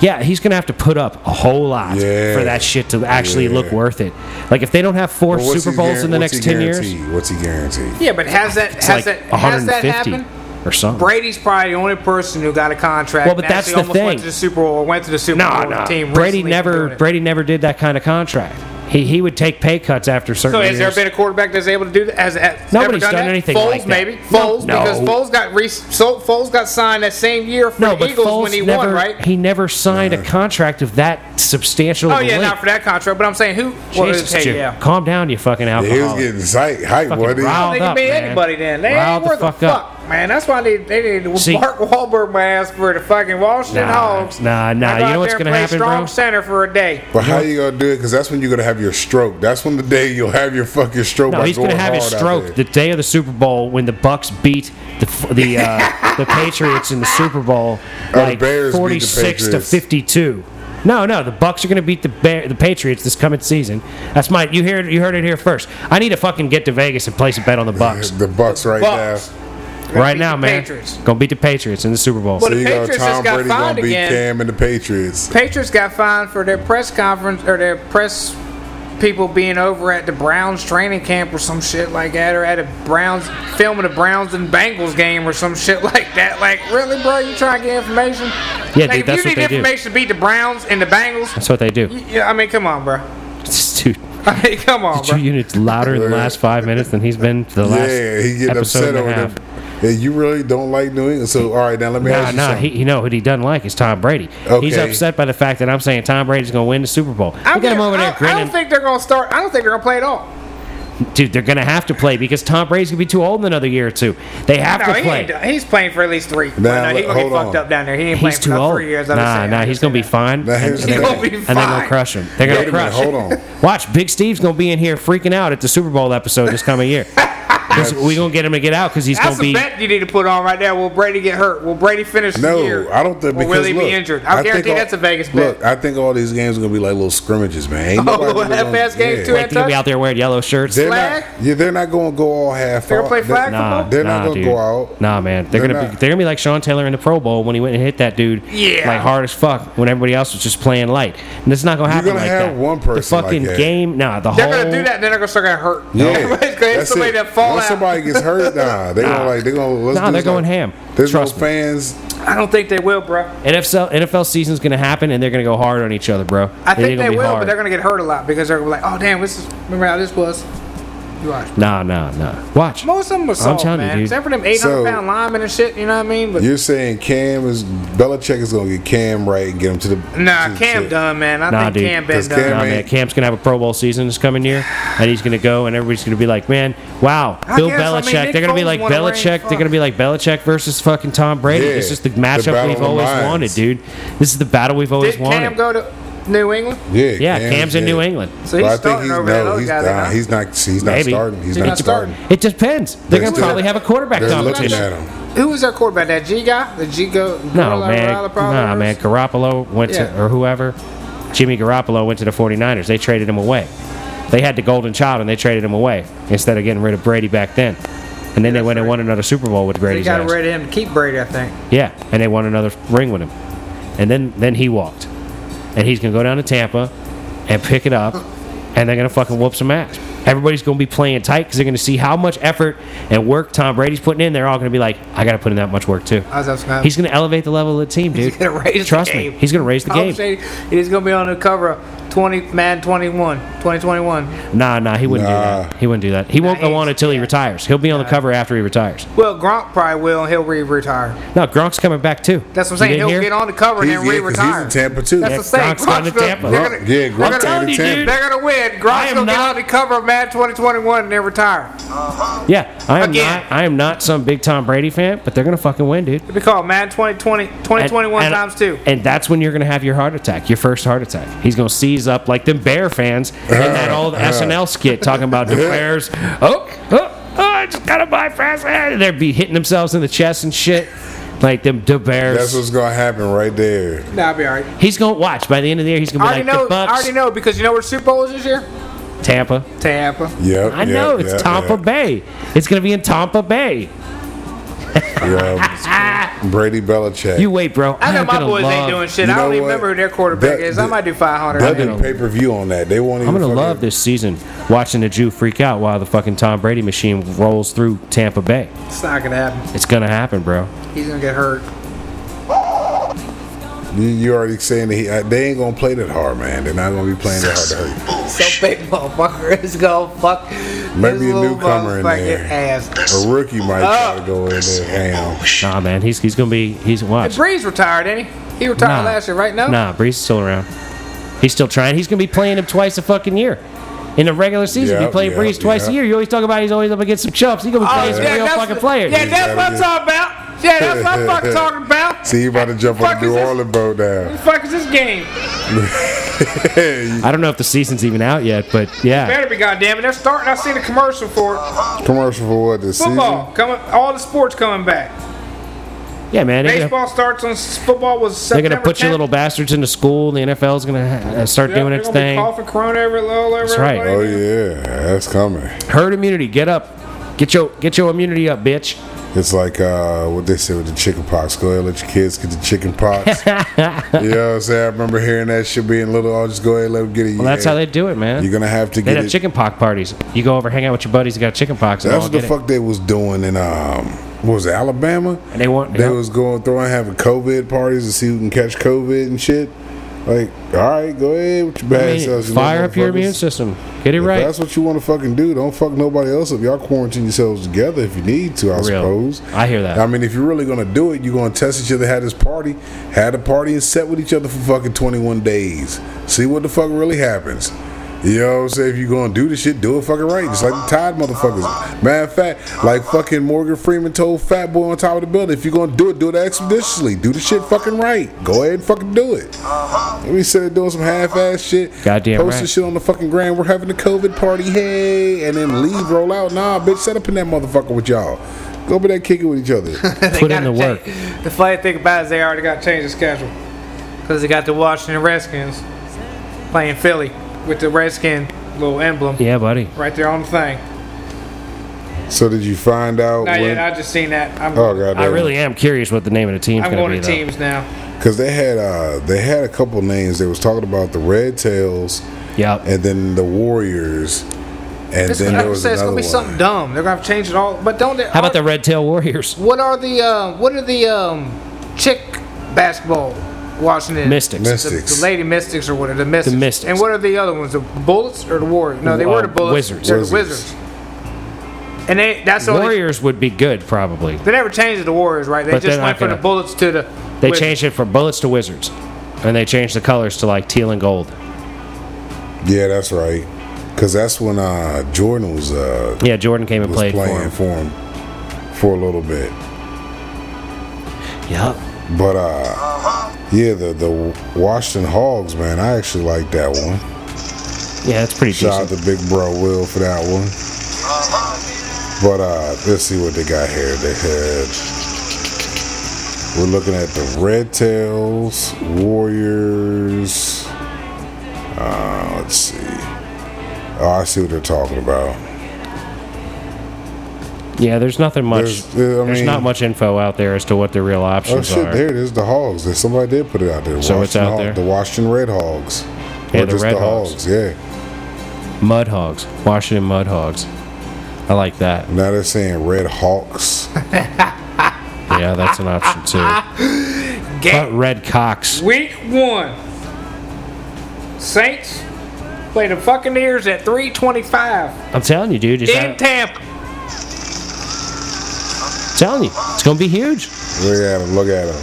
Speaker 1: Yeah, he's going to have to put up a whole lot
Speaker 3: Yeah.
Speaker 1: for that shit to actually
Speaker 3: Yeah.
Speaker 1: look worth it. Like if they don't have four
Speaker 3: Well, what's
Speaker 1: Super
Speaker 3: he
Speaker 1: Bowls
Speaker 3: guar-
Speaker 1: in the
Speaker 3: what's
Speaker 1: next
Speaker 3: he
Speaker 1: 10 years,
Speaker 3: guaranteed? What's he guaranteed?
Speaker 2: Yeah, but has that
Speaker 1: it's
Speaker 2: has
Speaker 1: like
Speaker 2: that has that
Speaker 1: 150
Speaker 2: happened?
Speaker 1: or something.
Speaker 2: Brady's probably the only person who got a contract.
Speaker 1: Well, but
Speaker 2: and
Speaker 1: that's
Speaker 2: actually
Speaker 1: the
Speaker 2: almost
Speaker 1: thing.
Speaker 2: Went to the Super Bowl or went to the Super
Speaker 1: No,
Speaker 2: Bowl with
Speaker 1: no.
Speaker 2: the team.
Speaker 1: Brady
Speaker 2: recently for
Speaker 1: never
Speaker 2: doing it.
Speaker 1: Brady never did that kind of contract. He he would take pay cuts after certain
Speaker 2: So has
Speaker 1: years.
Speaker 2: there been a quarterback that's able to do that? Has, has
Speaker 1: Nobody's
Speaker 2: ever done,
Speaker 1: done
Speaker 2: that?
Speaker 1: anything
Speaker 2: Foles,
Speaker 1: like that.
Speaker 2: maybe.
Speaker 1: No.
Speaker 2: Foles
Speaker 1: No.
Speaker 2: because Foles got re- so Foles got signed that same year for
Speaker 1: no,
Speaker 2: the
Speaker 1: but
Speaker 2: Eagles
Speaker 1: Foles
Speaker 2: when he
Speaker 1: never,
Speaker 2: won, right?
Speaker 1: He never signed a contract of that substantial.
Speaker 2: Oh
Speaker 1: of a
Speaker 2: yeah,
Speaker 1: length.
Speaker 2: not for that contract. But I'm saying who? well,
Speaker 1: Jesus,
Speaker 2: hey,
Speaker 1: Jim,
Speaker 2: yeah.
Speaker 1: calm down, you fucking
Speaker 3: He was
Speaker 1: alcoholic.
Speaker 3: getting psych, hype,
Speaker 1: Oh, Fucking
Speaker 3: wasn't he?
Speaker 1: riled
Speaker 2: They
Speaker 1: up,
Speaker 2: can be
Speaker 1: man.
Speaker 2: anybody then. They
Speaker 1: Riled
Speaker 2: ain't
Speaker 1: the
Speaker 2: worth
Speaker 1: fuck
Speaker 2: a
Speaker 1: up.
Speaker 2: fuck, man. That's why they they need to
Speaker 1: See-
Speaker 2: Mark Wahlberg my ass for the fucking Washington
Speaker 1: Nah,
Speaker 2: Hogs.
Speaker 1: nah, nah.
Speaker 2: I go
Speaker 1: You know
Speaker 2: out
Speaker 1: what's
Speaker 2: there and
Speaker 1: gonna
Speaker 2: play
Speaker 1: happen,
Speaker 2: strong
Speaker 1: bro?
Speaker 2: center for a day.
Speaker 3: But how you gonna do it? Because that's when you're gonna have your stroke. That's when the day you'll have your fucking stroke.
Speaker 1: No,
Speaker 3: by
Speaker 1: he's going to
Speaker 3: going
Speaker 1: have his
Speaker 3: hard out
Speaker 1: stroke the
Speaker 3: there.
Speaker 1: day of the Super Bowl when the Bucks beat the f- the uh, the Patriots in the Super Bowl,
Speaker 3: the
Speaker 1: like
Speaker 3: Bears beat the
Speaker 1: forty six to
Speaker 3: Patriots.
Speaker 1: fifty two. No, no, the Bucks are going to beat the Bear, the Patriots this coming season. That's my you heard you heard it here first. I need to fucking get to Vegas and place a bet on the Bucks
Speaker 3: The Bucks right
Speaker 2: Bucks.
Speaker 3: now.
Speaker 1: right
Speaker 2: beat
Speaker 1: now,
Speaker 2: the
Speaker 1: man.
Speaker 2: Patriots.
Speaker 1: Gonna beat the Patriots in the Super Bowl.
Speaker 2: What
Speaker 3: So
Speaker 2: The
Speaker 3: you go
Speaker 2: Patriots just
Speaker 3: Tom
Speaker 2: got
Speaker 3: Brady
Speaker 2: fined
Speaker 3: gonna beat
Speaker 2: again.
Speaker 3: Cam and the Patriots.
Speaker 2: Patriots got fined for their press conference or their press people being over at the Browns training camp or some shit like that, or at a Browns filming a Browns and Bengals game or some shit like that. Like, really, bro? You trying to get information?
Speaker 1: Yeah,
Speaker 2: like,
Speaker 1: dude,
Speaker 2: if
Speaker 1: that's
Speaker 2: you
Speaker 1: what
Speaker 2: need
Speaker 1: they do.
Speaker 2: information to beat the Browns and the Bengals.
Speaker 1: That's what they do.
Speaker 2: y- Yeah, I mean, come on, bro.
Speaker 1: Dude,
Speaker 2: I mean, come on,
Speaker 1: two
Speaker 2: bro.
Speaker 1: units louder in the last five minutes than he's been for the last
Speaker 3: Yeah, he getting
Speaker 1: episode
Speaker 3: upset
Speaker 1: and a
Speaker 3: over
Speaker 1: half.
Speaker 3: them. Yeah, you really don't like New England. So all right, now let me
Speaker 1: Nah,
Speaker 3: ask you
Speaker 1: nah. He,
Speaker 3: something.
Speaker 1: you know what he doesn't like is Tom Brady. He's
Speaker 3: Okay.
Speaker 1: upset by the fact that I'm saying Tom Brady's going to win the Super Bowl.
Speaker 2: I
Speaker 1: Look at him
Speaker 2: mean,
Speaker 1: over
Speaker 2: I-
Speaker 1: there
Speaker 2: I
Speaker 1: grinning.
Speaker 2: don't think they're gonna start. I don't think they're gonna play at all.
Speaker 1: Dude, they're gonna have to play because Tom Brady's gonna be too old in another year or two. They have
Speaker 2: No,
Speaker 1: to
Speaker 2: he
Speaker 1: play.
Speaker 2: ain't, done- he's playing for at least three.
Speaker 3: Now,
Speaker 2: no, he's gonna
Speaker 3: hold
Speaker 2: get fucked
Speaker 3: on.
Speaker 2: up down there. He ain't
Speaker 1: He's
Speaker 2: playing
Speaker 1: too
Speaker 2: for
Speaker 1: old.
Speaker 2: three years. I
Speaker 1: Nah,
Speaker 2: understand.
Speaker 1: nah,
Speaker 2: I
Speaker 1: he's gonna be
Speaker 2: understand
Speaker 1: fine.
Speaker 3: Now,
Speaker 1: and,
Speaker 3: here's the
Speaker 1: and-
Speaker 3: thing.
Speaker 2: He'll be
Speaker 1: and they're gonna
Speaker 2: fine.
Speaker 1: crush him. They're gonna
Speaker 3: Wait a minute,
Speaker 1: crush.
Speaker 3: hold on.
Speaker 1: Watch, Big Steve's gonna be in here freaking out at the Super Bowl episode this coming year. 'Cause we gonna get him to get out because he's
Speaker 2: That's
Speaker 1: gonna be.
Speaker 2: a bet you need to put on right there. Will Brady get hurt? Will Brady finish
Speaker 3: No,
Speaker 2: the year?
Speaker 3: I don't think.
Speaker 2: Or
Speaker 3: Because,
Speaker 2: will he
Speaker 3: look,
Speaker 2: be injured? I, guarantee
Speaker 3: think all-
Speaker 2: that's a Vegas bet.
Speaker 3: Look, I think all these games are gonna be like little scrimmages, man. Ain't
Speaker 2: Oh,
Speaker 3: nobody really gonna-
Speaker 2: half-ass games, too,
Speaker 1: They're gonna be out there wearing yellow shirts.
Speaker 3: They're
Speaker 2: Flag?
Speaker 3: not. Yeah, they're not gonna go all half.
Speaker 2: They're gonna
Speaker 3: out.
Speaker 2: play
Speaker 3: They-
Speaker 2: flag
Speaker 1: Nah,
Speaker 3: They're
Speaker 1: nah,
Speaker 3: not gonna
Speaker 1: dude.
Speaker 3: go out.
Speaker 1: Nah, man, they're,
Speaker 3: They're
Speaker 1: gonna be
Speaker 3: not.
Speaker 1: they're gonna be like Sean Taylor in the Pro Bowl when he went and hit that dude,
Speaker 2: Yeah.
Speaker 1: like hard as fuck when everybody else was just playing light, and it's not gonna happen
Speaker 3: gonna
Speaker 1: like
Speaker 3: have
Speaker 1: that.
Speaker 3: one person
Speaker 1: the
Speaker 3: like
Speaker 1: fucking
Speaker 3: that.
Speaker 1: game, nah, the
Speaker 2: They're
Speaker 1: whole
Speaker 2: gonna do that, and then they're gonna start getting hurt.
Speaker 3: Yeah,
Speaker 2: Everybody's gonna hit
Speaker 3: that's
Speaker 2: somebody
Speaker 3: it.
Speaker 2: that fall
Speaker 3: Once
Speaker 2: out.
Speaker 3: somebody gets hurt, nah, they gonna like they gonna. Let's
Speaker 1: Nah,
Speaker 3: do
Speaker 1: they're going
Speaker 3: something.
Speaker 1: ham.
Speaker 3: There's
Speaker 1: Trust
Speaker 3: no
Speaker 1: me.
Speaker 3: fans.
Speaker 2: I don't think they will, bro.
Speaker 1: NFL NFL season's gonna happen, and they're gonna go hard on each other, bro.
Speaker 2: I think they
Speaker 1: gonna be
Speaker 2: will, but
Speaker 1: hard.
Speaker 2: they're gonna get hurt a lot because they're gonna be like, "Oh damn, this is remember how this was." You watch.
Speaker 1: Nah, nah, nah. Watch.
Speaker 2: Most of them were soft,
Speaker 1: telling you,
Speaker 2: man.
Speaker 1: dude.
Speaker 2: Except for them 800
Speaker 3: So-
Speaker 2: hundred pound linemen and shit. You know what I mean? But
Speaker 3: You're saying Cam is Belichick is gonna get Cam right and get him to the. to
Speaker 2: nah,
Speaker 3: the
Speaker 2: Cam
Speaker 3: shit.
Speaker 2: done, man. I
Speaker 1: Nah,
Speaker 2: think
Speaker 1: dude,
Speaker 2: Cam been
Speaker 3: 'cause
Speaker 2: done.
Speaker 3: Cam-
Speaker 1: Nah,
Speaker 3: I mean-
Speaker 1: man, Camp's gonna have a Pro Bowl season this coming year, and he's gonna go, and everybody's gonna be like, "Man, wow,
Speaker 2: I
Speaker 1: Bill
Speaker 2: guess, I mean,
Speaker 1: Belichick."
Speaker 2: Nick
Speaker 1: they're gonna be
Speaker 2: Foles
Speaker 1: like
Speaker 2: won a ring,
Speaker 1: Belichick. They're
Speaker 2: fuck.
Speaker 1: gonna be like Belichick versus fucking Tom Brady.
Speaker 3: Yeah,
Speaker 1: This is the
Speaker 3: the
Speaker 1: matchup
Speaker 3: battle
Speaker 1: we've
Speaker 3: of the
Speaker 1: always
Speaker 3: minds.
Speaker 1: wanted, dude. This is the battle we've always
Speaker 2: Did
Speaker 1: wanted.
Speaker 2: Cam go to New England?
Speaker 3: Yeah,
Speaker 1: yeah, Cam's, in New England.
Speaker 2: So he's
Speaker 3: But I think
Speaker 2: starting
Speaker 3: he's
Speaker 2: over there.
Speaker 3: no,
Speaker 2: Those
Speaker 3: he's,
Speaker 2: guys,
Speaker 3: nah,
Speaker 2: huh?
Speaker 3: he's not. He's not
Speaker 1: Maybe.
Speaker 3: starting. He's
Speaker 2: He's
Speaker 3: not
Speaker 2: not starting.
Speaker 3: starting.
Speaker 1: It depends. They're
Speaker 3: They're
Speaker 1: gonna
Speaker 3: still-
Speaker 1: probably have a quarterback
Speaker 3: They're looking
Speaker 1: competition.
Speaker 3: at him.
Speaker 2: Who was their quarterback? That G guy? The G go?
Speaker 1: No,
Speaker 2: Gorilla
Speaker 1: man.
Speaker 2: Rala probably
Speaker 1: Nah,
Speaker 2: was?
Speaker 1: man. Garoppolo went to,
Speaker 2: Yeah.
Speaker 1: or whoever, Jimmy Garoppolo went to the 49ers. They traded him away. They had the golden child and they traded him away instead of getting rid of Brady back then. And then they went and won another Super Bowl with
Speaker 2: They
Speaker 1: Brady's
Speaker 2: got
Speaker 1: ass.
Speaker 2: rid of him to keep Brady, I think.
Speaker 1: Yeah, and they won another ring with him. And then, then he walked. And he's going to go down to Tampa and pick it up, and they're going to fucking whoop some ass. Everybody's going to be playing tight because they're going to see how much effort and work Tom Brady's putting in. They're all going to be like, I got to put in that much work too.
Speaker 2: I was up Scott.
Speaker 1: He's going to elevate the level of the team, dude.
Speaker 2: gonna raise the
Speaker 1: Trust
Speaker 2: game.
Speaker 1: me, he's going to raise the
Speaker 2: I'm
Speaker 1: game.
Speaker 2: saying he's going to be on the cover of 20 man 21, 2021.
Speaker 1: Nah, nah, he wouldn't do
Speaker 3: Nah.
Speaker 1: that. He wouldn't do that. He won't go
Speaker 2: he's-
Speaker 1: on until he retires. He'll be on the cover after he retires.
Speaker 2: Well, Gronk probably will, and he'll re-retire.
Speaker 1: No, Gronk's coming back too.
Speaker 2: That's what
Speaker 1: You
Speaker 2: I'm saying.
Speaker 1: didn't
Speaker 2: He'll
Speaker 1: hear?
Speaker 2: get on the cover
Speaker 3: He's,
Speaker 2: and then
Speaker 3: yeah, 'cause he's
Speaker 2: re-retire.
Speaker 3: in Tampa too.
Speaker 2: That's the same.
Speaker 1: Gronk's going to Tampa.
Speaker 2: They're
Speaker 3: Gronk-
Speaker 2: gonna,
Speaker 3: yeah, Gronk's
Speaker 2: they're
Speaker 1: telling
Speaker 2: gonna,
Speaker 1: you, dude.
Speaker 2: they're gonna win.
Speaker 1: I
Speaker 2: Gronk's
Speaker 1: am
Speaker 2: gonna get
Speaker 1: not-
Speaker 2: on the cover of Mad 2021 and then retire.
Speaker 1: Yeah, I am
Speaker 2: Again.
Speaker 1: not. I am not some big Tom Brady fan, but they're going to fucking win, dude.
Speaker 2: It'll be called Mad 2020, 2021
Speaker 1: and-
Speaker 2: times two.
Speaker 1: And that's when you're going to have your heart attack, your first heart attack. He's going to seize up like them bear fans in that old SNL skit talking about the bears. Oh, oh, oh, I just got to buy fast. And they'd be hitting themselves in the chest and shit. Like them the bears.
Speaker 3: That's what's gonna happen right there.
Speaker 2: Nah, I'll be all right.
Speaker 1: he's going to watch. By the end of the year, he's going
Speaker 2: I
Speaker 1: to be
Speaker 2: already
Speaker 1: like,
Speaker 2: know.
Speaker 1: the
Speaker 2: I
Speaker 1: Bucks,
Speaker 2: already know because you know where the Super Bowl is this year?
Speaker 1: Tampa.
Speaker 2: Tampa.
Speaker 3: Yep.
Speaker 1: I know. It's Tampa Bay. It's going to be in Tampa Bay.
Speaker 3: Yeah. Brady Belichick.
Speaker 1: You wait, bro.
Speaker 2: I know
Speaker 1: am
Speaker 2: my
Speaker 1: gonna
Speaker 2: boys ain't
Speaker 1: love-
Speaker 2: doing shit.
Speaker 3: You
Speaker 2: I don't
Speaker 3: know
Speaker 2: even
Speaker 3: what?
Speaker 2: remember who their quarterback
Speaker 3: That-
Speaker 2: is. I might do 500.
Speaker 3: They'll
Speaker 1: gonna-
Speaker 3: do pay per view on that. They won't even.
Speaker 1: I'm gonna
Speaker 3: fucking-
Speaker 1: love this season watching the Jew freak out while the fucking Tom Brady machine rolls through Tampa Bay.
Speaker 2: It's not gonna happen.
Speaker 1: It's gonna happen, bro.
Speaker 2: He's gonna get hurt.
Speaker 3: You, you already saying that he, uh, they ain't gonna play that hard, man. They're not gonna be playing that hard to hurt
Speaker 2: So big motherfucker is gonna fuck
Speaker 3: Maybe
Speaker 2: this
Speaker 3: a
Speaker 2: little
Speaker 3: newcomer in
Speaker 2: motherfucking
Speaker 3: there.
Speaker 2: ass.
Speaker 3: you. A rookie might try to go in there. Damn.
Speaker 1: Nah, man, he's he's gonna be he's watch.
Speaker 2: Breeze retired, ain't he? He retired
Speaker 1: Nah,
Speaker 2: last year, right? No.
Speaker 1: Nah, Brees is still around. He's still trying. He's gonna be playing him twice a fucking year. In the regular season, you
Speaker 3: Yep,
Speaker 1: play
Speaker 3: yep,
Speaker 1: Brees twice a
Speaker 3: yep.
Speaker 1: year. You always talk about he's always up against some chumps. He's gonna be
Speaker 2: Oh,
Speaker 1: playing some real
Speaker 2: that's-
Speaker 1: fucking players.
Speaker 2: Yeah, that's what I'm talking about. Yeah, that's what I'm fucking talking about.
Speaker 3: See, you about to jump on
Speaker 2: Fuck
Speaker 3: the
Speaker 2: is
Speaker 3: New
Speaker 2: this-
Speaker 3: Orleans boat now.
Speaker 2: What the fuck is this game?
Speaker 1: I don't know if the season's even out yet, but yeah,
Speaker 2: Better be goddamn it. They're starting. I seen a commercial for it.
Speaker 3: Commercial for what this
Speaker 2: Football coming. All the sports coming back.
Speaker 1: yeah, man. They're gonna,
Speaker 2: Baseball starts on s- football was
Speaker 1: they're
Speaker 2: September.
Speaker 1: gonna put
Speaker 2: 10th.
Speaker 1: you little bastards into school. The NFL's gonna ha- uh, start
Speaker 2: Yeah,
Speaker 1: doing
Speaker 2: they're
Speaker 1: its
Speaker 2: gonna be
Speaker 1: thing.
Speaker 2: Coughing corona every all over
Speaker 1: That's right.
Speaker 3: season? Oh
Speaker 2: everybody.
Speaker 3: yeah, that's coming.
Speaker 1: Herd immunity, get up. Get your get your immunity up, bitch.
Speaker 3: It's like uh, what they say with the chicken pox. Go ahead, and let your kids get the chicken pox. you know what I'm saying? I remember hearing that shit being little. I'll just go ahead and let them get it.
Speaker 1: Well, that's how they do it, man.
Speaker 3: You're gonna have to
Speaker 1: they
Speaker 3: get
Speaker 1: have
Speaker 3: it.
Speaker 1: chicken pox parties. You go over, hang out with your buddies. You got chicken pox. And
Speaker 3: That's
Speaker 1: all
Speaker 3: what the
Speaker 1: get it.
Speaker 3: fuck they was doing in um, what was it, Alabama?
Speaker 1: And they want.
Speaker 3: They was going throwing having COVID parties to see who can catch COVID and shit. Like, all right, go ahead with your
Speaker 1: I
Speaker 3: bad
Speaker 1: mean,
Speaker 3: selves, you
Speaker 1: fire up your
Speaker 3: motherfuckers.
Speaker 1: immune system. Get it
Speaker 3: If
Speaker 1: right.
Speaker 3: That's what you want to fucking do. Don't fuck nobody else up. Y'all quarantine yourselves together if you need to. I
Speaker 1: For real.
Speaker 3: suppose.
Speaker 1: I hear that.
Speaker 3: I mean, if you're really gonna do it, you're gonna test each other. Had this party, had a party, and sat with each other for fucking 21 days. See what the fuck really happens. You know what I'm saying? If you're gonna do this shit, do it fucking right. Just like the Tide motherfuckers. Matter of fact, like fucking Morgan Freeman told Fat Boy on top of the building, if you're gonna do it, do it expeditiously. Do the shit fucking right. Go ahead and fucking do it. We said there doing some half ass shit.
Speaker 1: Goddamn
Speaker 3: Post
Speaker 1: right.
Speaker 3: this shit on the fucking gram. We're having a COVID party, hey, and then leave, roll out. Nah, bitch, set up in that motherfucker with y'all. Go over there kicking with each other.
Speaker 2: They
Speaker 1: Put in
Speaker 2: gotta
Speaker 1: the work.
Speaker 2: change- The funny thing about it is they already got to change the schedule because they got the Washington Redskins playing Philly with the Redskin little emblem
Speaker 1: Yeah, buddy.
Speaker 2: right there on the thing.
Speaker 3: so did you find out?
Speaker 2: Not
Speaker 3: when-
Speaker 2: yet. I just seen that. I'm,
Speaker 3: oh god,
Speaker 1: I really am curious what the name of the team's
Speaker 2: I'm
Speaker 1: going
Speaker 2: going
Speaker 1: to
Speaker 2: to
Speaker 1: be. though.
Speaker 2: teams now.
Speaker 3: Because they had uh they had a couple names. They was talking about the Red Tails
Speaker 1: Yeah.
Speaker 3: and then the Warriors, and
Speaker 2: It's
Speaker 3: then
Speaker 2: gonna,
Speaker 3: there
Speaker 2: I'm
Speaker 3: was
Speaker 2: saying it's
Speaker 3: another
Speaker 2: gonna be
Speaker 3: one.
Speaker 2: something dumb. They're gonna have to change it all. But don't they?
Speaker 1: How about the
Speaker 2: aren't-
Speaker 1: Red Tail Warriors?
Speaker 2: What are the uh, what are the um, chick basketball Washington
Speaker 1: Mystics.
Speaker 3: Mystics.
Speaker 2: The, the Lady Mystics or what are the Mystics?
Speaker 1: The Mystics.
Speaker 2: And what are the other ones? The Bullets or the Warriors? No, they were
Speaker 1: Uh,
Speaker 2: the Bullets.
Speaker 1: Wizards.
Speaker 2: They're the
Speaker 3: Wizards.
Speaker 2: Wizards. And they that's the only,
Speaker 1: Warriors would be good, probably.
Speaker 2: they never changed it to Warriors, right? They
Speaker 1: But they're
Speaker 2: just
Speaker 1: not
Speaker 2: went
Speaker 1: gonna-
Speaker 2: from the Bullets to the
Speaker 1: They
Speaker 2: Wizards.
Speaker 1: changed it from bullets to wizards, and they changed the colors to like teal and gold.
Speaker 3: Yeah, that's right. Because that's when uh Jordan was uh
Speaker 1: Yeah, Jordan came and
Speaker 3: was
Speaker 1: played
Speaker 3: playing
Speaker 1: for
Speaker 3: for him. for a little bit.
Speaker 1: him. Yeah,
Speaker 3: But uh yeah, the the Washington Hogs, man, I actually like that one.
Speaker 1: yeah, that's pretty
Speaker 3: Shout out
Speaker 1: decent.
Speaker 3: to Big Bro Will for that one. But uh, let's see what they got here. They had. We're looking at the Red Tails, Warriors. Uh, let's see. Oh, I see what they're talking about.
Speaker 1: Yeah, there's nothing much. There's,
Speaker 3: There's, there- I mean,
Speaker 1: not much info out there as to what their real
Speaker 3: Oh
Speaker 1: options
Speaker 3: shit!
Speaker 1: are.
Speaker 3: There it is. The Hogs. There- Somebody did put it out there.
Speaker 1: So it's
Speaker 3: Washington
Speaker 1: out
Speaker 3: Hog-
Speaker 1: there?
Speaker 3: The Washington Red Hogs.
Speaker 1: Yeah, the Red Hogs.
Speaker 3: Yeah.
Speaker 1: Mud Hogs, Washington Mud Hogs. I like that.
Speaker 3: Now they're saying Red Hawks.
Speaker 1: Yeah, that's an option too. How about
Speaker 2: Game.
Speaker 1: Red Cox.
Speaker 2: Week one. Saints play the Buccaneers at 325
Speaker 1: I'm telling you, dude. Just
Speaker 2: in
Speaker 1: I'm
Speaker 2: Tampa.
Speaker 1: telling you, it's gonna be huge.
Speaker 3: look at him. Look at him.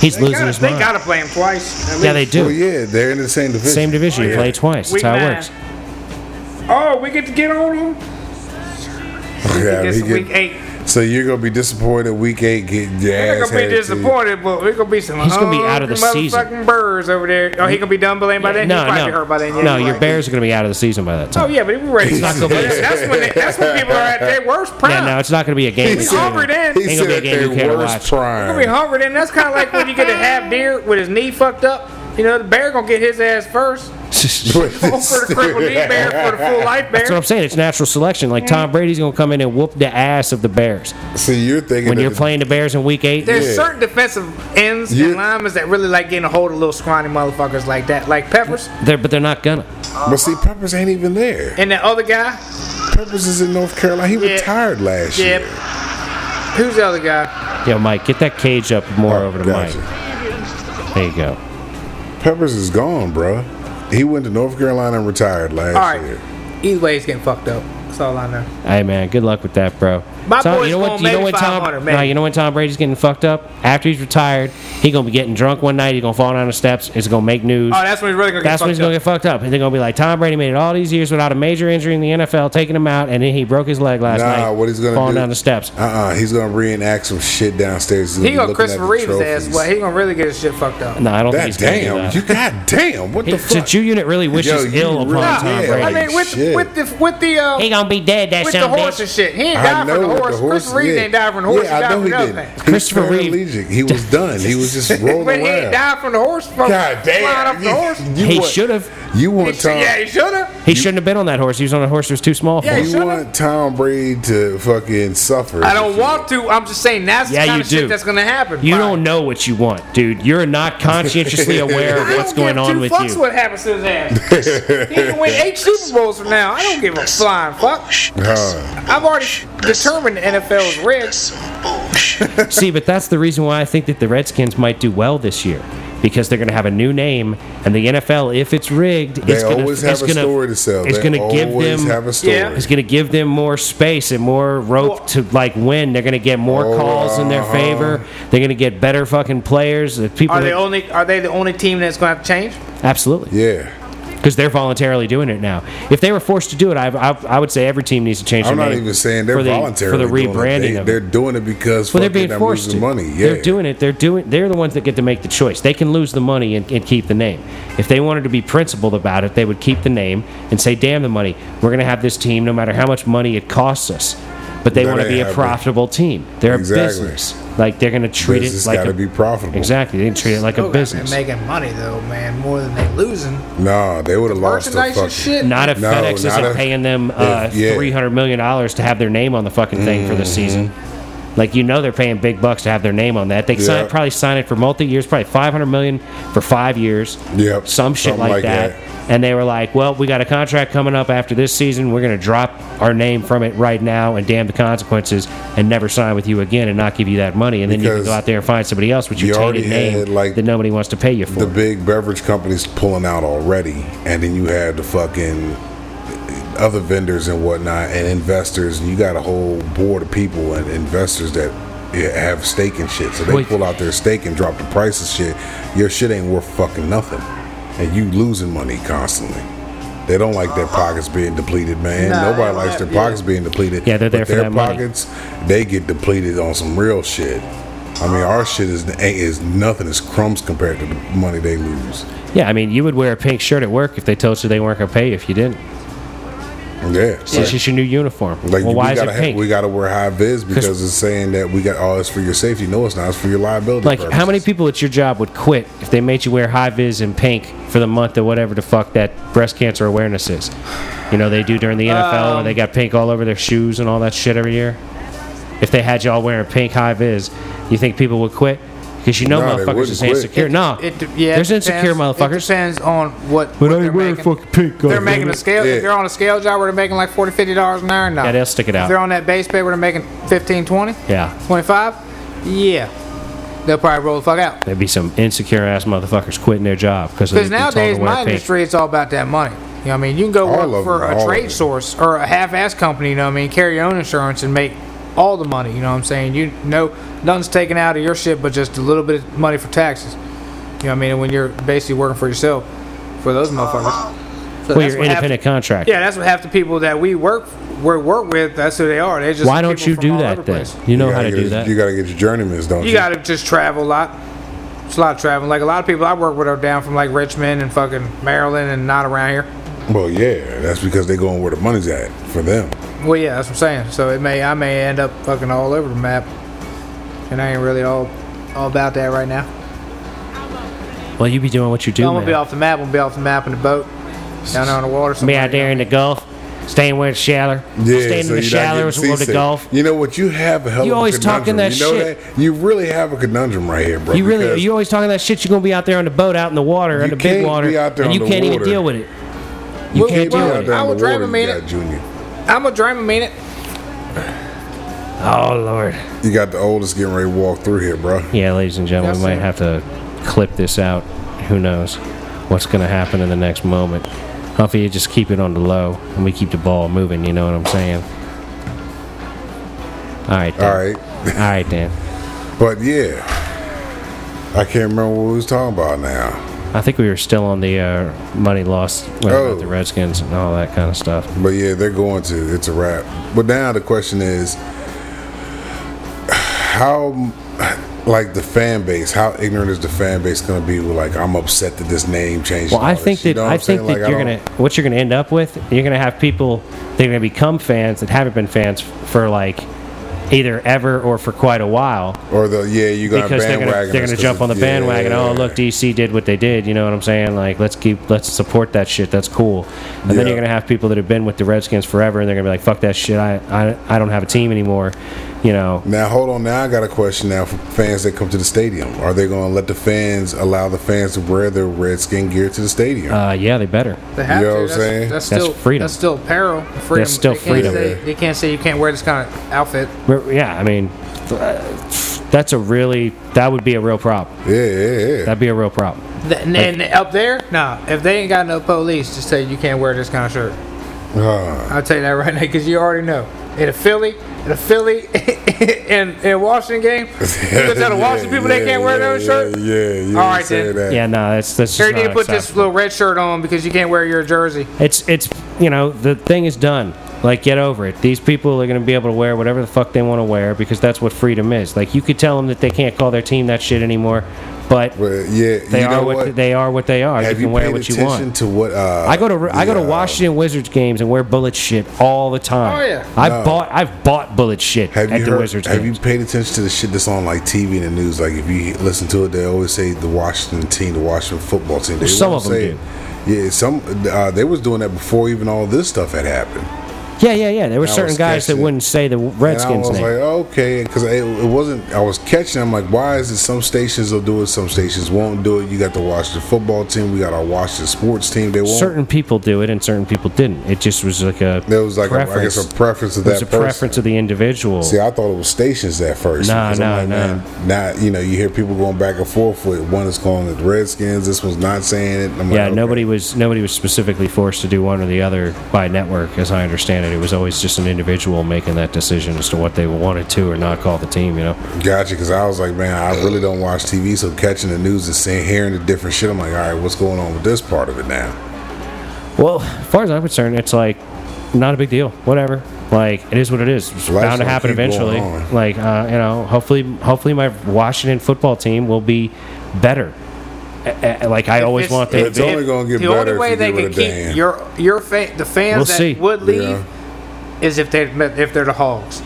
Speaker 1: He's
Speaker 2: They
Speaker 1: losing
Speaker 2: gotta,
Speaker 1: his
Speaker 2: they
Speaker 1: mind.
Speaker 2: gotta play him twice. at
Speaker 1: yeah,
Speaker 2: least.
Speaker 1: they do.
Speaker 3: Well, Oh, yeah, they're in the same division.
Speaker 1: Same division. You
Speaker 3: Yeah.
Speaker 1: play twice. That's
Speaker 2: Week
Speaker 1: how it
Speaker 2: nine.
Speaker 1: works.
Speaker 2: Oh, we get to get on them.
Speaker 3: Yeah,
Speaker 2: This is
Speaker 3: he get-
Speaker 2: week eight.
Speaker 3: So you're gonna be disappointed week eight getting your
Speaker 2: We're
Speaker 3: ass
Speaker 2: gonna be
Speaker 3: handed to you.
Speaker 2: disappointed, but we're gonna be some.
Speaker 1: He's gonna be out of the
Speaker 2: hungry
Speaker 1: season.
Speaker 2: Motherfucking birds over there. Oh, he gonna be done by then. By then,
Speaker 1: no,
Speaker 2: He'll probably
Speaker 1: no,
Speaker 2: be hurt by then. yeah,
Speaker 1: no.
Speaker 2: you're
Speaker 1: Your
Speaker 2: right.
Speaker 1: Bears are gonna be out of the season by that time.
Speaker 2: Oh yeah, but we were ready.
Speaker 1: not gonna be-
Speaker 2: that's, that's when they, that's when people are at their worst prime.
Speaker 1: Yeah, no, it's not going to be a game.
Speaker 2: He's
Speaker 1: that's gonna-
Speaker 2: hungry then.
Speaker 3: He
Speaker 1: Ain't
Speaker 3: said
Speaker 1: gonna
Speaker 3: at
Speaker 1: be a game
Speaker 3: their
Speaker 1: you can't
Speaker 3: worst
Speaker 1: watch.
Speaker 2: You're gonna be
Speaker 3: prime.
Speaker 2: hungry then. That's kind of like when you get a half deer with his knee fucked up. You know, the bear gonna get his ass first. Go for the crippled knee bear for the full life
Speaker 1: That's what
Speaker 2: bear.
Speaker 1: I'm saying. It's natural selection. Like Tom Brady's going to come in and whoop the ass of the Bears
Speaker 3: See, you're thinking
Speaker 1: when
Speaker 3: that
Speaker 1: you're
Speaker 3: the-
Speaker 1: playing the Bears in Week Eight.
Speaker 2: There's
Speaker 3: Yeah.
Speaker 2: certain defensive ends
Speaker 3: You-
Speaker 2: and linemen that really like getting a hold of little scrawny motherfuckers like that, like Peppers
Speaker 1: They're, but they're not gonna.
Speaker 3: But see, Peppers ain't even there.
Speaker 2: and the other guy.
Speaker 3: Peppers is in North Carolina. He
Speaker 2: Yeah.
Speaker 3: retired last
Speaker 2: Yep.
Speaker 3: year.
Speaker 2: Who's the other guy?
Speaker 1: Yo, Mike, get that cage up more
Speaker 3: Oh,
Speaker 1: over to
Speaker 3: gotcha.
Speaker 1: Mike. There you go.
Speaker 3: Peppers is gone, bruh. He went to North Carolina and retired last
Speaker 2: All right.
Speaker 3: year.
Speaker 2: Either way, he's getting fucked up. That's all I know.
Speaker 1: Hey man, good luck with that, bro.
Speaker 2: My boy's going maybe
Speaker 1: Tom?
Speaker 2: 500,
Speaker 1: Nah,
Speaker 2: maybe.
Speaker 1: you know when Tom Brady's getting fucked up after he's retired, he gonna be getting drunk one night. He's gonna fall down the steps. It's gonna make news.
Speaker 2: Oh, that's when he's really gonna get
Speaker 1: That's when
Speaker 2: fucked
Speaker 1: he's gonna
Speaker 2: up.
Speaker 1: get fucked up. And they're gonna be like, Tom Brady made it all these years without a major injury in the NFL, taking him out, and then he broke his leg last
Speaker 3: Nah,
Speaker 1: night.
Speaker 3: what he's gonna
Speaker 1: falling
Speaker 3: do-
Speaker 1: down the steps.
Speaker 3: Uh uh He's gonna reenact some shit downstairs. He's
Speaker 2: he gonna
Speaker 3: be looking at
Speaker 2: Christopher
Speaker 3: the
Speaker 2: Reeves' ass.
Speaker 3: trophies.
Speaker 2: Well, he gonna really get his shit fucked up.
Speaker 1: No, I don't think
Speaker 3: God
Speaker 1: he's gonna do
Speaker 3: damn!
Speaker 1: that.
Speaker 3: You god damn! What
Speaker 1: He-
Speaker 3: the
Speaker 1: The
Speaker 3: fuck?
Speaker 1: Jew unit really wishes
Speaker 3: you
Speaker 1: ill upon
Speaker 3: really-
Speaker 2: Nah,
Speaker 1: Tom
Speaker 3: yeah,
Speaker 1: Brady.
Speaker 2: I mean, with
Speaker 3: Shit.
Speaker 2: with the with the uh,
Speaker 1: he gonna be dead. That
Speaker 2: with the
Speaker 1: son of a
Speaker 2: horse
Speaker 1: bitch.
Speaker 2: and shit. He ain't
Speaker 3: I
Speaker 2: died
Speaker 3: know
Speaker 2: from the
Speaker 3: with
Speaker 2: horse.
Speaker 3: the horse.
Speaker 2: Christopher Reeves
Speaker 3: yeah.
Speaker 2: ain't died from the horse.
Speaker 3: Yeah,
Speaker 2: he
Speaker 3: I
Speaker 2: died
Speaker 3: know
Speaker 2: from
Speaker 3: he
Speaker 2: another
Speaker 3: didn't.
Speaker 2: thing.
Speaker 3: He was
Speaker 1: Christopher Reeve-
Speaker 3: paraplegic. He was done. He was just rolling
Speaker 2: But he
Speaker 3: around.
Speaker 2: ain't died from the horse. From
Speaker 3: God
Speaker 2: Flying
Speaker 3: damn!
Speaker 2: off the horse.
Speaker 3: You,
Speaker 1: He
Speaker 3: want-
Speaker 1: should have.
Speaker 3: You
Speaker 2: He
Speaker 3: want
Speaker 2: should-
Speaker 3: Tom?
Speaker 2: yeah, he should have.
Speaker 1: He shouldn't have been on that horse. He was on a horse that was too small for
Speaker 2: Yeah,
Speaker 1: him.
Speaker 2: he
Speaker 3: You
Speaker 2: should've.
Speaker 3: want Tom Brady to fucking suffer?
Speaker 2: I don't want to. I'm just saying that's
Speaker 1: Yeah,
Speaker 2: the kind
Speaker 1: you
Speaker 2: of shit
Speaker 1: do.
Speaker 2: that's gonna happen.
Speaker 1: You
Speaker 2: Fine.
Speaker 1: don't know what you want, dude. You're not conscientiously aware
Speaker 2: I
Speaker 1: of what's
Speaker 2: don't give
Speaker 1: going on
Speaker 2: two
Speaker 1: with
Speaker 2: fucks
Speaker 1: you.
Speaker 2: What happens to his ass? he can win eight Super Bowls from now. I don't give a flying fuck.
Speaker 3: Huh.
Speaker 2: I've already determined the NFL is rigged.
Speaker 1: See, but that's the reason why I think that the Redskins might do well this year. Because they're going to have a new name, and the NFL, if it's rigged,
Speaker 3: They
Speaker 1: it's going
Speaker 3: always have a story to sell.
Speaker 1: It's
Speaker 3: They
Speaker 1: going to give
Speaker 3: always
Speaker 1: them
Speaker 3: have a story.
Speaker 2: Yeah.
Speaker 1: It's going to give them more space and more rope
Speaker 2: Well-
Speaker 1: to like win. They're going to get more
Speaker 3: Oh,
Speaker 1: calls in their
Speaker 3: uh-huh.
Speaker 1: favor. They're going to get better fucking players. The people
Speaker 2: Are they
Speaker 1: that-
Speaker 2: only? Are they the only team that's gonna have to change?
Speaker 1: absolutely.
Speaker 3: Yeah.
Speaker 1: because they're voluntarily doing it now. If they were forced to do it, I, I, I would say every team needs to change.
Speaker 3: I'm
Speaker 1: their
Speaker 3: not
Speaker 1: name
Speaker 3: even saying they're
Speaker 1: for the,
Speaker 3: voluntarily
Speaker 1: for the
Speaker 3: doing it.
Speaker 1: rebranding
Speaker 3: They,
Speaker 1: of
Speaker 3: They're
Speaker 1: it.
Speaker 3: doing it because
Speaker 1: Well, they're
Speaker 3: fucking
Speaker 1: being
Speaker 3: I'm
Speaker 1: forced
Speaker 3: losing
Speaker 1: to.
Speaker 3: money. Yeah,
Speaker 1: They're doing it. They're doing. They're the ones that get to make the choice. They can lose the money and, and keep the name. If they wanted to be principled about it, they would keep the name and say, "Damn the money! We're going to have this team, no matter how much money it costs us." But they
Speaker 3: That
Speaker 1: want to
Speaker 3: ain't
Speaker 1: be a
Speaker 3: happening.
Speaker 1: profitable team. They're
Speaker 3: Exactly.
Speaker 1: a business. Like they're going to treat
Speaker 3: Business
Speaker 1: it like
Speaker 3: gotta
Speaker 1: a,
Speaker 3: be profitable.
Speaker 1: Exactly. They treat it like a business.
Speaker 2: They're making money though, man, more than they losing.
Speaker 3: Nah, they would have lost the
Speaker 2: Merchandise
Speaker 3: fucking.
Speaker 2: and shit.
Speaker 1: Not if
Speaker 3: No,
Speaker 1: FedEx
Speaker 3: not
Speaker 1: isn't
Speaker 3: if-
Speaker 1: paying them uh,
Speaker 3: if- yeah. Mm-hmm.
Speaker 1: three hundred million dollars to have their name on the fucking thing for the season. Like you know, they're paying big bucks to have their name on that. They sign,
Speaker 3: Yeah.
Speaker 1: probably sign it for multi years, probably five hundred million for five years.
Speaker 3: Yep,
Speaker 1: some shit
Speaker 3: something
Speaker 1: like,
Speaker 3: like
Speaker 1: that.
Speaker 3: that.
Speaker 1: And they were like, "Well, we got a contract coming up after this season. We're gonna drop our name from it right now and damn the consequences, and never sign with you again, and not give you that money. And then you
Speaker 3: Because
Speaker 1: can go out there and find somebody else with
Speaker 3: you
Speaker 1: your
Speaker 3: already
Speaker 1: tainted name
Speaker 3: had, like,
Speaker 1: that nobody wants to pay you for."
Speaker 3: the big beverage companies pulling out already, and then you have the fucking other vendors and whatnot, and investors, and you got a whole board of people and investors that yeah, have stake and shit. So they
Speaker 1: Wait.
Speaker 3: pull out their stake and drop the price of shit. Your shit ain't worth fucking nothing, and you losing money constantly. They don't like their pockets being depleted, man.
Speaker 2: Uh-huh. Nah,
Speaker 3: Nobody
Speaker 2: they
Speaker 3: likes their
Speaker 2: don't have-
Speaker 3: pockets being depleted.
Speaker 1: Yeah, they're there
Speaker 3: but
Speaker 1: for
Speaker 3: their
Speaker 1: that money.
Speaker 3: pockets, they get depleted on some real shit. I mean, our shit is ain't- is nothing. It's crumbs compared to the money they lose.
Speaker 1: Yeah, I mean, you would wear a pink shirt at work if they told you they weren't going to pay you if you didn't.
Speaker 3: Yeah,
Speaker 1: It's just your new uniform.
Speaker 3: Like
Speaker 1: well, why
Speaker 3: we
Speaker 1: is it
Speaker 3: gotta ha-
Speaker 1: pink?
Speaker 3: we gotta wear high vis because it's saying that we got all this for your safety. No, it's not. It's for your liability.
Speaker 1: like, how
Speaker 3: purposes.
Speaker 1: many people at your job would quit if they made you wear high vis and pink for the month or whatever the fuck that breast cancer awareness is? You know, they do during the NFL where
Speaker 2: Um,
Speaker 1: they got pink all over their shoes and all that shit every year. If they had y'all wearing pink high vis, you think people would quit? Because you know
Speaker 3: No, they
Speaker 1: motherfuckers is
Speaker 3: wouldn't quit.
Speaker 1: insecure. no,
Speaker 2: It, de- yeah, it
Speaker 1: there's insecure
Speaker 2: depends- It
Speaker 1: motherfuckers.
Speaker 2: depends on what. what
Speaker 1: But I
Speaker 2: they're
Speaker 1: ain't wearing
Speaker 2: making.
Speaker 1: fucking pink.
Speaker 2: They're
Speaker 1: goddammit.
Speaker 2: making a scale.
Speaker 3: Yeah.
Speaker 2: If they're on a scale job where they're making like 40 dollars an hour, no.
Speaker 1: Yeah, they'll stick it
Speaker 2: If they're
Speaker 1: out.
Speaker 2: on that base pay where they're making 15 20
Speaker 1: Yeah.
Speaker 2: 25 yeah, they'll probably roll the fuck out.
Speaker 1: There'd be some insecure ass motherfuckers quitting their job because
Speaker 2: Because nowadays, my industry, it's all about that money. You know what I mean? You can go
Speaker 3: All
Speaker 2: work
Speaker 3: of
Speaker 2: for
Speaker 3: it, all
Speaker 2: a
Speaker 3: of
Speaker 2: trade
Speaker 3: it.
Speaker 2: source or a half-ass company. You know what I mean? Carry your own insurance and make all the money. You know what I'm saying? You know, nothing's taken out of your shit, but just a little bit of money for taxes. You know what I mean? And when you're basically working for yourself, for those motherfuckers. So
Speaker 1: Well,
Speaker 2: that's
Speaker 1: you're
Speaker 2: what half-
Speaker 1: independent contractor.
Speaker 2: Yeah, that's what half the people that we work we work with. That's who they are. They just
Speaker 1: Why don't
Speaker 2: people
Speaker 1: you
Speaker 2: from
Speaker 1: do
Speaker 2: all
Speaker 1: that
Speaker 2: over
Speaker 1: then?
Speaker 2: place.
Speaker 1: You know
Speaker 3: You
Speaker 1: how
Speaker 3: gotta
Speaker 1: to
Speaker 3: get
Speaker 1: do
Speaker 3: your-
Speaker 1: that.
Speaker 3: You gotta get your journeymans, don't you?
Speaker 2: You gotta just travel a lot. It's a lot of traveling. Like a lot of people I work with are down from like Richmond and fucking Maryland and not around here.
Speaker 3: well, yeah, that's because they're going where the money's at for them.
Speaker 2: Well, yeah, that's what I'm saying. So it may I may end up fucking all over the map, and I ain't really all all about that right now.
Speaker 1: well, you be doing what you do,
Speaker 2: I'm gonna be
Speaker 1: man.
Speaker 2: off the map. I'm gonna be off the map in the boat down there on the water.
Speaker 1: Be
Speaker 2: somewhere,
Speaker 1: out there in the Gulf, staying where it's shallow.
Speaker 3: Yeah,
Speaker 1: staying
Speaker 3: so
Speaker 1: in the
Speaker 3: you're not
Speaker 1: shallows
Speaker 3: getting
Speaker 1: or the
Speaker 3: seasick.
Speaker 1: Gulf.
Speaker 3: You know what? You have a hell
Speaker 1: You
Speaker 3: of
Speaker 1: always
Speaker 3: a conundrum.
Speaker 1: talking that
Speaker 3: you know
Speaker 1: shit.
Speaker 3: That? You really have a conundrum right here, bro.
Speaker 1: You really,
Speaker 3: because
Speaker 1: you always talking that shit. You're gonna be out there on the boat, out in the water,
Speaker 3: You
Speaker 1: on the big
Speaker 3: can't
Speaker 1: water,
Speaker 3: be out there
Speaker 1: and
Speaker 3: on
Speaker 1: you
Speaker 3: the
Speaker 1: can't even
Speaker 3: water.
Speaker 1: deal with it. You
Speaker 2: Well,
Speaker 1: can't
Speaker 3: be
Speaker 2: well,
Speaker 1: deal
Speaker 3: out
Speaker 1: with
Speaker 3: there
Speaker 1: it.
Speaker 2: I
Speaker 3: in
Speaker 2: will
Speaker 3: the
Speaker 2: drive
Speaker 3: water,
Speaker 2: a minute.
Speaker 3: You got Junior.
Speaker 2: I'm gonna dream a minute.
Speaker 1: Oh lord.
Speaker 3: You got the oldest getting ready to walk through here, bro.
Speaker 1: Yeah, ladies and gentlemen, we
Speaker 2: Yes,
Speaker 1: might have to clip this out. Who knows what's gonna happen in the next moment? Humphrey, you just keep it on the low, and we keep the ball moving. You know what I'm saying? All right. Dan.
Speaker 3: All right.
Speaker 1: All right, Dan.
Speaker 3: But yeah, I can't remember what we was talking about now.
Speaker 1: I think we were still on the uh, money lost with
Speaker 3: Oh.
Speaker 1: the Redskins and all that kind of stuff.
Speaker 3: But yeah, they're going to. It's a wrap. But now the question is, how, like the fan base, how ignorant is the fan base going to be? With like, I'm upset that this name changed.
Speaker 1: Well,
Speaker 3: and
Speaker 1: I
Speaker 3: all this,"
Speaker 1: think
Speaker 3: you
Speaker 1: that
Speaker 3: know what
Speaker 1: I
Speaker 3: I'm
Speaker 1: think
Speaker 3: saying?
Speaker 1: that
Speaker 3: Like, I
Speaker 1: you're
Speaker 3: don't-
Speaker 1: gonna what you're gonna end up with. You're gonna have people they're gonna become fans that haven't been fans for like either ever or for quite a while
Speaker 3: or the yeah, you're gonna
Speaker 1: because they're gonna
Speaker 3: bandwagon.
Speaker 1: they're gonna jump on the bandwagon. Oh, look, DC did what they did. You know what I'm saying? Like let's keep let's support that shit. That's cool. And then
Speaker 3: Yeah.
Speaker 1: you're gonna have people that have been with the Redskins forever, and they're gonna be like, fuck that shit. I I, I don't have a team anymore. You know.
Speaker 3: Now hold on. Now I got a question. Now for fans that come to the stadium, are they gonna let the fans allow the fans to wear their red skin gear to the stadium?
Speaker 1: Uh, yeah, they better.
Speaker 2: They have
Speaker 3: You know
Speaker 2: to.
Speaker 3: what I'm
Speaker 2: that's,
Speaker 3: saying?
Speaker 2: that's
Speaker 1: That's
Speaker 2: still
Speaker 1: freedom.
Speaker 2: That's still apparel. Freedom.
Speaker 1: still
Speaker 2: they can't
Speaker 1: freedom.
Speaker 2: Say, They can't say you can't wear this kind of outfit.
Speaker 1: We're- Yeah, I mean, th- that's a really that would be a real problem.
Speaker 3: yeah, yeah, yeah.
Speaker 1: That'd be a real problem.
Speaker 2: Th- And, and up there, nah. If they ain't got no police, just say you can't wear this kind of shirt.
Speaker 3: Ah.
Speaker 2: I'll tell you that right now because you already know. in a Philly, in a Philly, in in Washington game. You gonna tell the Washington people they can't wear their own shirt?
Speaker 3: Yeah, yeah. you
Speaker 2: All right,
Speaker 3: say
Speaker 2: then.
Speaker 3: that.
Speaker 1: Yeah, no, that's that's. Just
Speaker 2: Sure, you need to
Speaker 1: not
Speaker 2: put this
Speaker 1: acceptable.
Speaker 2: little red shirt on because you can't wear your jersey.
Speaker 1: It's it's you know the thing is done. Like get over it. These people are going to be able to wear whatever the fuck they want to wear because that's what freedom is. Like you could tell them that they can't call their team that shit anymore, but
Speaker 3: But yeah,
Speaker 1: they
Speaker 3: you
Speaker 1: are
Speaker 3: know
Speaker 1: what,
Speaker 3: what?
Speaker 1: they are what they are.
Speaker 3: Have
Speaker 1: you can
Speaker 3: you
Speaker 1: wear
Speaker 3: paid
Speaker 1: what you
Speaker 3: attention
Speaker 1: want.
Speaker 3: to what? Uh,
Speaker 1: I go to I go to
Speaker 3: the, uh,
Speaker 1: Washington Wizards games and wear bullet shit all the time.
Speaker 2: Oh, yeah.
Speaker 1: I
Speaker 3: No.
Speaker 1: bought I've bought bullet shit
Speaker 3: Have
Speaker 1: at
Speaker 3: you
Speaker 1: the
Speaker 3: heard,
Speaker 1: Wizards
Speaker 3: Have
Speaker 1: games.
Speaker 3: you paid attention to the shit that's on like TV and the news? Like if you listen to it, they always say the Washington team, the Washington football team. They
Speaker 1: some
Speaker 3: won't
Speaker 1: of them
Speaker 3: say
Speaker 1: do.
Speaker 3: Yeah, some uh, they was doing that before even all this stuff had happened.
Speaker 1: yeah, yeah, yeah. There were
Speaker 3: I
Speaker 1: certain
Speaker 3: was
Speaker 1: guys that
Speaker 3: catching it.
Speaker 1: wouldn't say the Redskins
Speaker 3: and I was
Speaker 1: name.
Speaker 3: like, oh, okay, because it, it wasn't. I was catching. I'm like, why is it some stations will do it, some stations won't do it? You got the Washington football team. We got our Washington sports team. They won't.
Speaker 1: certain people do it and certain people didn't. It just was like a
Speaker 3: there was like a, I
Speaker 1: preference.
Speaker 3: guess a preference of
Speaker 1: It was a
Speaker 3: that person.
Speaker 1: preference of the individual.
Speaker 3: See, I thought it was stations at first.
Speaker 1: Nah,
Speaker 3: because
Speaker 1: nah,
Speaker 3: I'm like, Man, now you know you hear people going back and forth with one is calling it the Redskins. This one's not saying it. I'm like,
Speaker 1: yeah,
Speaker 3: okay.
Speaker 1: nobody was nobody was specifically forced to do one or the other by network, as I understand it. It was always just an individual making that decision as to what they wanted to or not call the team. You know,
Speaker 3: Gotcha. Because I was like, man, I really don't watch TV, so catching the news and seeing hearing the different shit, I'm like, all right, what's going on with this part of it now?
Speaker 1: well, as far as I'm concerned, it's like not a big deal. Whatever. Like it is what it is. It's
Speaker 3: Life's
Speaker 1: bound to
Speaker 3: gonna
Speaker 1: happen
Speaker 3: keep going
Speaker 1: eventually.
Speaker 3: on.
Speaker 1: Like uh, you know, hopefully, hopefully my Washington football team will be better. A- a- Like I always
Speaker 2: It's-
Speaker 1: want them to
Speaker 3: It's
Speaker 1: be.
Speaker 3: only gonna get
Speaker 2: the
Speaker 3: better
Speaker 2: only
Speaker 3: if
Speaker 2: way
Speaker 3: you
Speaker 2: they
Speaker 3: get
Speaker 2: can
Speaker 3: rid of
Speaker 2: keep
Speaker 3: Dan.
Speaker 2: your your fa- the fans
Speaker 1: We'll
Speaker 2: that
Speaker 1: see.
Speaker 2: would leave
Speaker 3: Yeah.
Speaker 2: is if they if they're the Hogs.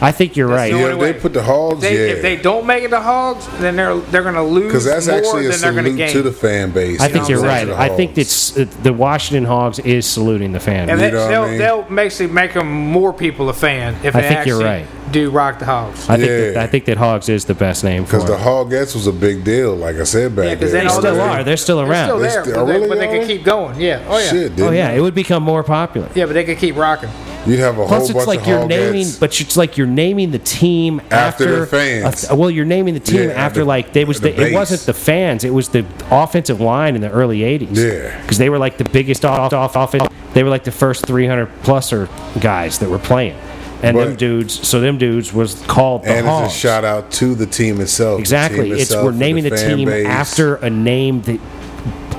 Speaker 1: I think you're right.
Speaker 2: the
Speaker 3: Yeah,
Speaker 2: only
Speaker 3: if
Speaker 2: way.
Speaker 3: they put the hogs.
Speaker 2: They,
Speaker 3: yeah,
Speaker 2: If they don't make it the Hogs, then they're they're gonna lose
Speaker 3: Because that's
Speaker 2: more
Speaker 3: actually a
Speaker 2: than they're gonna
Speaker 3: salute
Speaker 2: gain.
Speaker 3: to the fan base.
Speaker 1: I
Speaker 3: you
Speaker 1: think
Speaker 3: know
Speaker 1: you're
Speaker 3: what I'm
Speaker 1: right.
Speaker 3: saying, to the
Speaker 1: I think
Speaker 3: Hogs.
Speaker 1: it's uh, the Washington Hogs is saluting the fan.
Speaker 2: and
Speaker 3: You
Speaker 2: they,
Speaker 3: know what I
Speaker 2: they'll,
Speaker 3: mean?
Speaker 2: they'll actually make them more people a fan if
Speaker 1: I
Speaker 2: they
Speaker 1: think
Speaker 2: actually
Speaker 1: you're right.
Speaker 2: do rock the Hogs.
Speaker 1: I think that,
Speaker 3: Yeah.
Speaker 1: I think that Hogs is the best name for
Speaker 3: because the
Speaker 1: them.
Speaker 3: hogs was a big deal. Like I said back
Speaker 2: Yeah, 'cause
Speaker 3: then.
Speaker 2: they
Speaker 1: They
Speaker 2: all
Speaker 1: still
Speaker 2: they're-
Speaker 1: are. They're still
Speaker 2: They're
Speaker 1: around.
Speaker 2: still there,
Speaker 3: They're
Speaker 2: but, they,
Speaker 3: really
Speaker 2: but they
Speaker 3: there?
Speaker 2: can keep going. Yeah. Oh yeah.
Speaker 3: Shit,
Speaker 1: oh
Speaker 3: didn't
Speaker 1: yeah,
Speaker 3: you?
Speaker 1: it would become more popular.
Speaker 2: Yeah, but they can keep rocking.
Speaker 3: You'd have a
Speaker 1: Plus,
Speaker 3: whole
Speaker 1: it's
Speaker 3: bunch
Speaker 1: like
Speaker 3: of
Speaker 1: you're
Speaker 3: hog
Speaker 1: naming,
Speaker 3: hats.
Speaker 1: but it's like you're naming the team
Speaker 3: After
Speaker 1: after,
Speaker 3: the fans.
Speaker 1: uh, well, you're naming the team
Speaker 3: Yeah,
Speaker 1: after
Speaker 3: the-
Speaker 1: like they was
Speaker 3: the
Speaker 1: the, it
Speaker 3: base.
Speaker 1: wasn't the fans, it was the offensive line in the early '80s.
Speaker 3: Yeah.
Speaker 1: because they were like the biggest off off offense. They were like the first 300 pluser guys that were playing, and them
Speaker 3: But-
Speaker 1: dudes. So them dudes was called the
Speaker 3: and
Speaker 1: Hogs.
Speaker 3: it's a shout out to the team itself. the
Speaker 1: Exactly.
Speaker 3: team
Speaker 1: It's
Speaker 3: itself,
Speaker 1: we're
Speaker 3: and
Speaker 1: naming the,
Speaker 3: fan
Speaker 1: team
Speaker 3: base.
Speaker 1: after a name that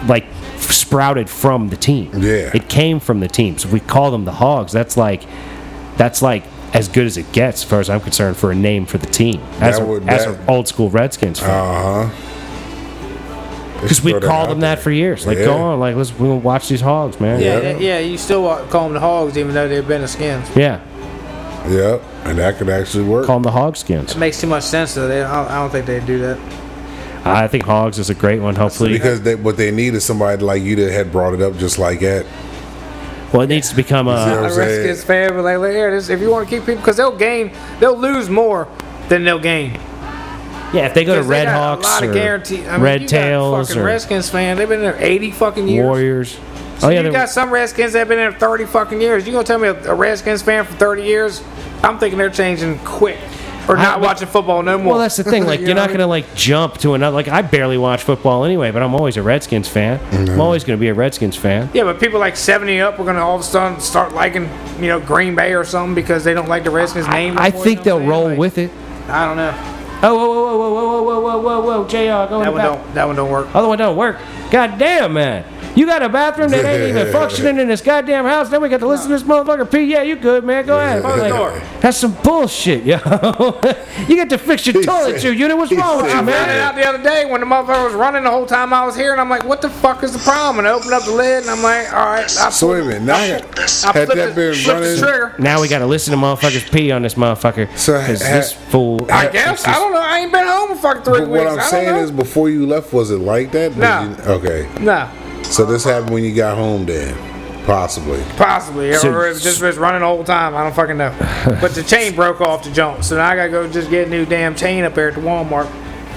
Speaker 1: like sprouted from the team.
Speaker 3: Yeah.
Speaker 1: It came from the team. So if we call them the Hogs, that's like that's like as good as it gets, as far as I'm concerned, for a name for the team. As,
Speaker 3: That
Speaker 1: a-
Speaker 3: would-
Speaker 1: as
Speaker 3: that-
Speaker 1: an old school Redskins fan.
Speaker 3: Uh huh.
Speaker 1: Because we called them that for years. Like, go
Speaker 3: Yeah.
Speaker 1: on, like, let's we're gonna watch these Hogs, man.
Speaker 2: Yeah,
Speaker 3: Yeah.
Speaker 2: yeah, yeah. You still call them the Hogs, even though they've been the Skins.
Speaker 1: Yeah.
Speaker 3: Yep, and that could actually work.
Speaker 1: Call them the Hogskins.
Speaker 2: It makes too much sense though. They, I, don't, I don't think they do that.
Speaker 1: I think Hogs is a great one, hopefully.
Speaker 3: because they, what they need is somebody like you that had brought it up just like that.
Speaker 1: Well, it needs to become
Speaker 3: Yeah.
Speaker 1: a.
Speaker 3: I'm
Speaker 2: The Redskins fan, but like, like, here, this, if you want to keep people, because they'll gain, they'll lose more than they'll gain.
Speaker 1: Yeah, if they go to
Speaker 2: 'Cause they
Speaker 1: Red
Speaker 2: got
Speaker 1: Hawks
Speaker 2: a lot
Speaker 1: or
Speaker 2: of guarantee. I mean,
Speaker 1: Red
Speaker 2: you got
Speaker 1: Tails
Speaker 2: fucking
Speaker 1: or
Speaker 2: Redskins fan. They've been there eighty fucking years.
Speaker 1: Warriors. Oh,
Speaker 2: So you
Speaker 1: there-
Speaker 2: got some Redskins that have been there 30 fucking years. You gonna tell me a, a Redskins fan for 30 years? I'm thinking they're changing quick or
Speaker 1: I-
Speaker 2: not watching football no more.
Speaker 1: Well, that's the thing. Like,
Speaker 2: You
Speaker 1: you're
Speaker 2: know
Speaker 1: not
Speaker 2: what I
Speaker 1: going to, like, jump to another. Like, I barely watch football anyway, but I'm always a Redskins fan.
Speaker 3: Mm-hmm.
Speaker 1: I'm always going to be a Redskins fan.
Speaker 2: mean? Yeah, but people like 70 up are gonna all of a sudden start liking, you know, Green Bay or something because they don't like the Redskins name.
Speaker 1: I
Speaker 2: anymore, you
Speaker 1: think
Speaker 2: know what
Speaker 1: they'll
Speaker 2: I'm saying?
Speaker 1: roll
Speaker 2: Like,
Speaker 1: with it.
Speaker 2: I don't know.
Speaker 1: Oh, whoa, whoa, whoa, whoa, whoa, whoa, whoa, whoa, whoa, JR, go in
Speaker 2: That
Speaker 1: the
Speaker 2: one
Speaker 1: back.
Speaker 2: don't. That one don't work.
Speaker 1: Other one don't work. God damn, man. You got a bathroom that ain't even functioning in this goddamn house. Then we got to listen to this motherfucker pee. Yeah, you good, man. Go ahead.
Speaker 2: Close the
Speaker 1: Like,
Speaker 2: door.
Speaker 1: That's some bullshit, yo. you got to fix your
Speaker 3: He
Speaker 1: toilet,
Speaker 3: said-
Speaker 1: you unit. What's
Speaker 3: he
Speaker 1: wrong with
Speaker 3: said
Speaker 1: you,
Speaker 2: I found it
Speaker 1: man?
Speaker 2: out the other day when the motherfucker was running the whole time I was here, and I'm like, "What the fuck is the problem?" And I opened up the lid, and I'm like, "All right." I
Speaker 3: So wait a
Speaker 2: pulled-
Speaker 3: minute, now
Speaker 2: I
Speaker 3: had
Speaker 2: flipped the-
Speaker 3: that been
Speaker 2: flipped the
Speaker 3: running,
Speaker 2: trigger.
Speaker 1: Now we got to listen to motherfuckers pee on this motherfucker.
Speaker 3: So,
Speaker 1: Because
Speaker 3: ha-
Speaker 1: this fool.
Speaker 2: I guess I don't know. I ain't been home in fucking three
Speaker 3: but
Speaker 2: weeks.
Speaker 3: what I'm
Speaker 2: I don't
Speaker 3: saying
Speaker 2: know.
Speaker 3: is, before you left, was it like that? Did
Speaker 2: No.
Speaker 3: you- okay,
Speaker 2: No,
Speaker 3: so this happened when you got home, then possibly.
Speaker 2: possibly.
Speaker 1: So-
Speaker 2: or it just was running the whole time. I don't fucking know. but the chain broke off the jump, so now I gotta go just get a new damn chain up there at the Walmart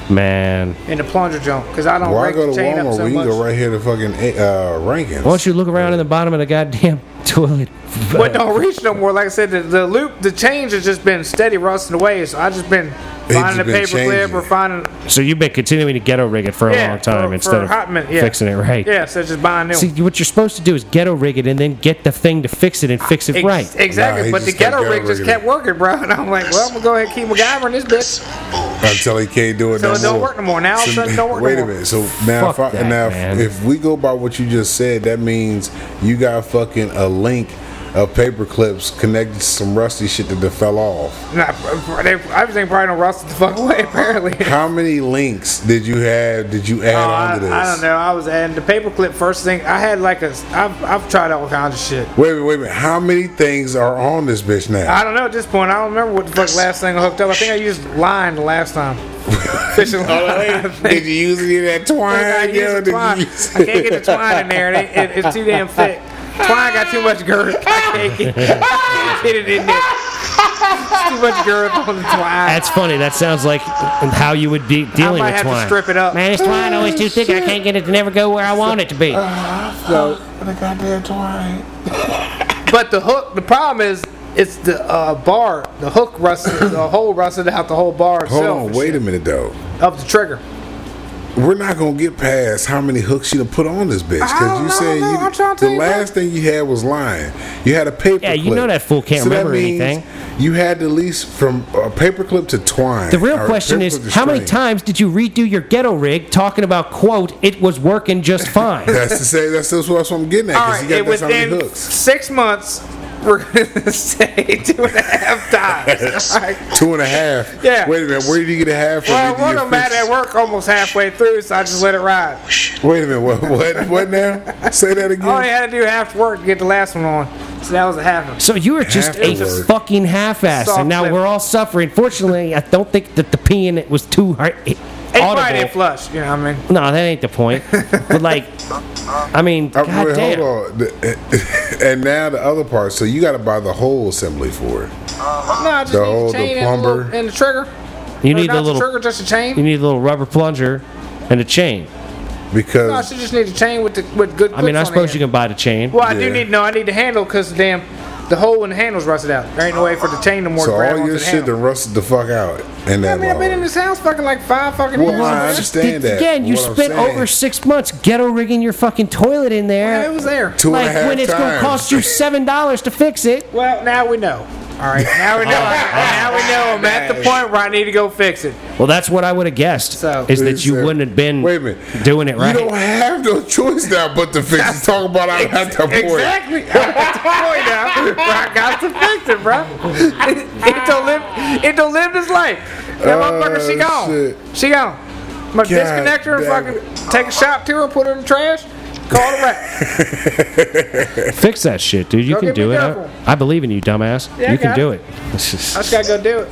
Speaker 1: Man.
Speaker 2: in the plunger jump because I don't
Speaker 3: Why
Speaker 2: break
Speaker 3: go
Speaker 2: the
Speaker 3: to
Speaker 2: chain up
Speaker 3: Walmart
Speaker 2: so
Speaker 3: when you
Speaker 2: much.
Speaker 3: go right here to fucking uh, Rankins?
Speaker 1: Why don't you look around in the bottom of the goddamn toilet?
Speaker 2: But don't reach no more. Like I said, the, the loop, the change has just been steady rusting away. So I just been
Speaker 3: He's
Speaker 2: finding a
Speaker 3: been
Speaker 2: paperclip
Speaker 3: changing
Speaker 2: or
Speaker 3: it.
Speaker 2: finding
Speaker 1: So you've been continuing to ghetto rig it for a
Speaker 2: yeah,
Speaker 1: long time
Speaker 2: for-
Speaker 1: instead
Speaker 2: for a
Speaker 1: of
Speaker 2: hot minute, yeah.
Speaker 1: fixing it right.
Speaker 2: Yeah, so just buying new.
Speaker 1: See, what you're supposed to do is ghetto rig it and then get the thing to fix it and fix it
Speaker 2: Ex-
Speaker 1: right.
Speaker 2: Exactly,
Speaker 3: Nah, he
Speaker 2: but the
Speaker 3: just kept
Speaker 2: ghetto
Speaker 3: ghetto
Speaker 2: rig just
Speaker 3: rigging it.
Speaker 2: kept working, bro. And I'm like, well, I'm gonna go ahead and keep MacGyvering this bitch.
Speaker 3: until he can't do it
Speaker 2: So
Speaker 3: no
Speaker 2: it don't
Speaker 3: more.
Speaker 2: work no more. Now all of a sudden it don't work
Speaker 3: Wait
Speaker 2: no
Speaker 3: a
Speaker 2: more.
Speaker 3: minute. So now, if,
Speaker 1: Fuck that,
Speaker 3: I, now
Speaker 1: man.
Speaker 3: if we go by what you just said, that means you got fucking a link of paper clips connected to some rusty shit that done fell off.
Speaker 2: Nah, bro, they, everything probably don't rusted the fuck away. Apparently.
Speaker 3: How many links did you have? Did you add
Speaker 2: Oh,
Speaker 3: on
Speaker 2: I,
Speaker 3: to this?
Speaker 2: I don't know. I was adding the paperclip first thing. I had like a. I've, I've tried all kinds of shit.
Speaker 3: Wait a minute. Wait a minute. How many things are on this bitch now?
Speaker 2: I don't know at this point. I don't remember what the fuck last thing I hooked up. I think I used line the last time. Fishing
Speaker 3: Oh,
Speaker 2: line. I think.
Speaker 3: did you use any of that twine?
Speaker 2: I, use the
Speaker 3: yo? Did you
Speaker 2: twine.
Speaker 3: use-
Speaker 2: I can't get the twine in there. It, ain't- it, it's too damn thick. Twine got too much girth. I can't get, I can't get it in there. It's too much girth on the twine.
Speaker 1: That's funny. That sounds like how you would be dealing
Speaker 2: might
Speaker 1: with
Speaker 2: have to
Speaker 1: twine. Oh,
Speaker 2: strip it up.
Speaker 1: Man, this twine always too thick. I can't get it to never go where I want it to be.
Speaker 3: So the goddamn twine.
Speaker 2: but the hook. The problem is. It's the uh, bar, the hook rusted, the hole rusted out the whole bar itself.
Speaker 3: Hold on. Wait a minute though.
Speaker 2: Of the trigger.
Speaker 3: We're not gonna get past how many hooks you done put on this bitch
Speaker 2: I don't
Speaker 3: because you
Speaker 2: know,
Speaker 3: said
Speaker 2: man. I'm
Speaker 3: you,
Speaker 2: trying to
Speaker 3: the
Speaker 2: tell you,
Speaker 3: last thing you had was lying. You had a paper.
Speaker 1: Yeah, you know that fool can't remember anything.
Speaker 3: You had at least from a paperclip to twine.
Speaker 1: The real
Speaker 3: or
Speaker 1: question
Speaker 3: paperclip
Speaker 1: is,
Speaker 3: to
Speaker 1: how many
Speaker 3: string.
Speaker 1: times did you redo your ghetto rig talking about, quote, it was working just fine?
Speaker 3: That's to say that's that's what I'm getting at.
Speaker 2: All
Speaker 3: 'cause
Speaker 2: right,
Speaker 3: you
Speaker 2: it
Speaker 3: got that's how many
Speaker 2: within
Speaker 3: hooks.
Speaker 2: six months, we're gonna say two and a half times. All right.
Speaker 3: Two and a half.
Speaker 2: Yeah.
Speaker 3: Wait a minute. Where did you get a half from?
Speaker 2: Well,
Speaker 3: Did you
Speaker 2: one
Speaker 3: get
Speaker 2: of them had
Speaker 3: fifty-
Speaker 2: at work almost halfway through, so I just let it ride.
Speaker 3: Wait a minute. What? What? What now? Say that again.
Speaker 2: I only had to do half work to get the last one on, so that was a half. of it.
Speaker 1: So you were just
Speaker 3: Half
Speaker 1: a
Speaker 3: the word.
Speaker 1: fucking half-ass,
Speaker 2: Soft
Speaker 1: and now
Speaker 2: lip.
Speaker 1: we're all suffering. Fortunately, I don't think that the pee in it was too hard.
Speaker 2: It probably
Speaker 1: audible.
Speaker 2: didn't flush. You know what I mean?
Speaker 1: No, that ain't the point. But like, I mean,
Speaker 3: Uh,
Speaker 1: goddamn.
Speaker 3: wait, hold on. The- And now the other part. So you got to buy the whole assembly for it.
Speaker 2: No, I just
Speaker 3: The
Speaker 2: need
Speaker 3: whole-
Speaker 2: the
Speaker 3: the
Speaker 2: chain and, the
Speaker 3: plumber.
Speaker 2: little, and the trigger.
Speaker 1: You
Speaker 2: Or
Speaker 1: need
Speaker 2: not
Speaker 1: a little,
Speaker 2: the trigger, just a chain.
Speaker 1: you need a little rubber plunger and a chain.
Speaker 3: Because
Speaker 2: no, I should just need a chain with the with good.
Speaker 1: I mean,
Speaker 2: clips
Speaker 1: I
Speaker 2: on
Speaker 1: suppose
Speaker 2: the
Speaker 1: you
Speaker 2: end.
Speaker 1: can buy the chain.
Speaker 2: Well, I
Speaker 3: Yeah.
Speaker 2: do need no. I need the handle because damn, the hole in the handle's rusted out. There ain't no way for the chain to more.
Speaker 3: So
Speaker 2: grab
Speaker 3: all
Speaker 2: onto
Speaker 3: your
Speaker 2: the
Speaker 3: shit
Speaker 2: handle.
Speaker 3: done rusted the fuck out in
Speaker 2: I
Speaker 3: that
Speaker 2: mean, I've been in
Speaker 3: long.
Speaker 2: this house fucking like five fucking
Speaker 3: Well,
Speaker 2: years.
Speaker 3: I
Speaker 2: man.
Speaker 3: understand. that.
Speaker 1: Again, you
Speaker 3: What I'm
Speaker 1: spent
Speaker 3: saying-
Speaker 1: over six months ghetto rigging your fucking toilet in
Speaker 2: Yeah, it
Speaker 1: there.
Speaker 2: was there.
Speaker 3: Two and a
Speaker 1: Like
Speaker 3: half
Speaker 1: when it's gonna
Speaker 3: times.
Speaker 1: cost you seven dollars to fix it.
Speaker 2: Well, now we know. All right, now we know. now we know. I'm at the point where I need to go fix it.
Speaker 1: Well, that's what I would have guessed.
Speaker 2: So-
Speaker 1: is that you
Speaker 3: Said,
Speaker 1: wouldn't have been
Speaker 3: Wait a minute.
Speaker 1: doing it right?
Speaker 3: You don't have no choice now but to fix it. Talk about I'm at the point.
Speaker 2: Exactly. I'm at the point now where I got to fix it, bro. It, it don't live. It don't live this life. That
Speaker 3: Oh,
Speaker 2: motherfucker, she gone.
Speaker 3: shit.
Speaker 2: She gone. I'm gonna
Speaker 3: God
Speaker 2: disconnect her and
Speaker 3: damn
Speaker 2: fucking take a shot to her and put her in the trash. Call it a wrap.
Speaker 1: Fix that shit, dude. You
Speaker 2: Don't
Speaker 1: can
Speaker 2: get
Speaker 1: do
Speaker 2: me
Speaker 1: it.
Speaker 2: careful.
Speaker 1: I, I believe in you, dumbass.
Speaker 2: Yeah,
Speaker 1: you can
Speaker 2: okay.
Speaker 1: do it.
Speaker 2: I just gotta go do it.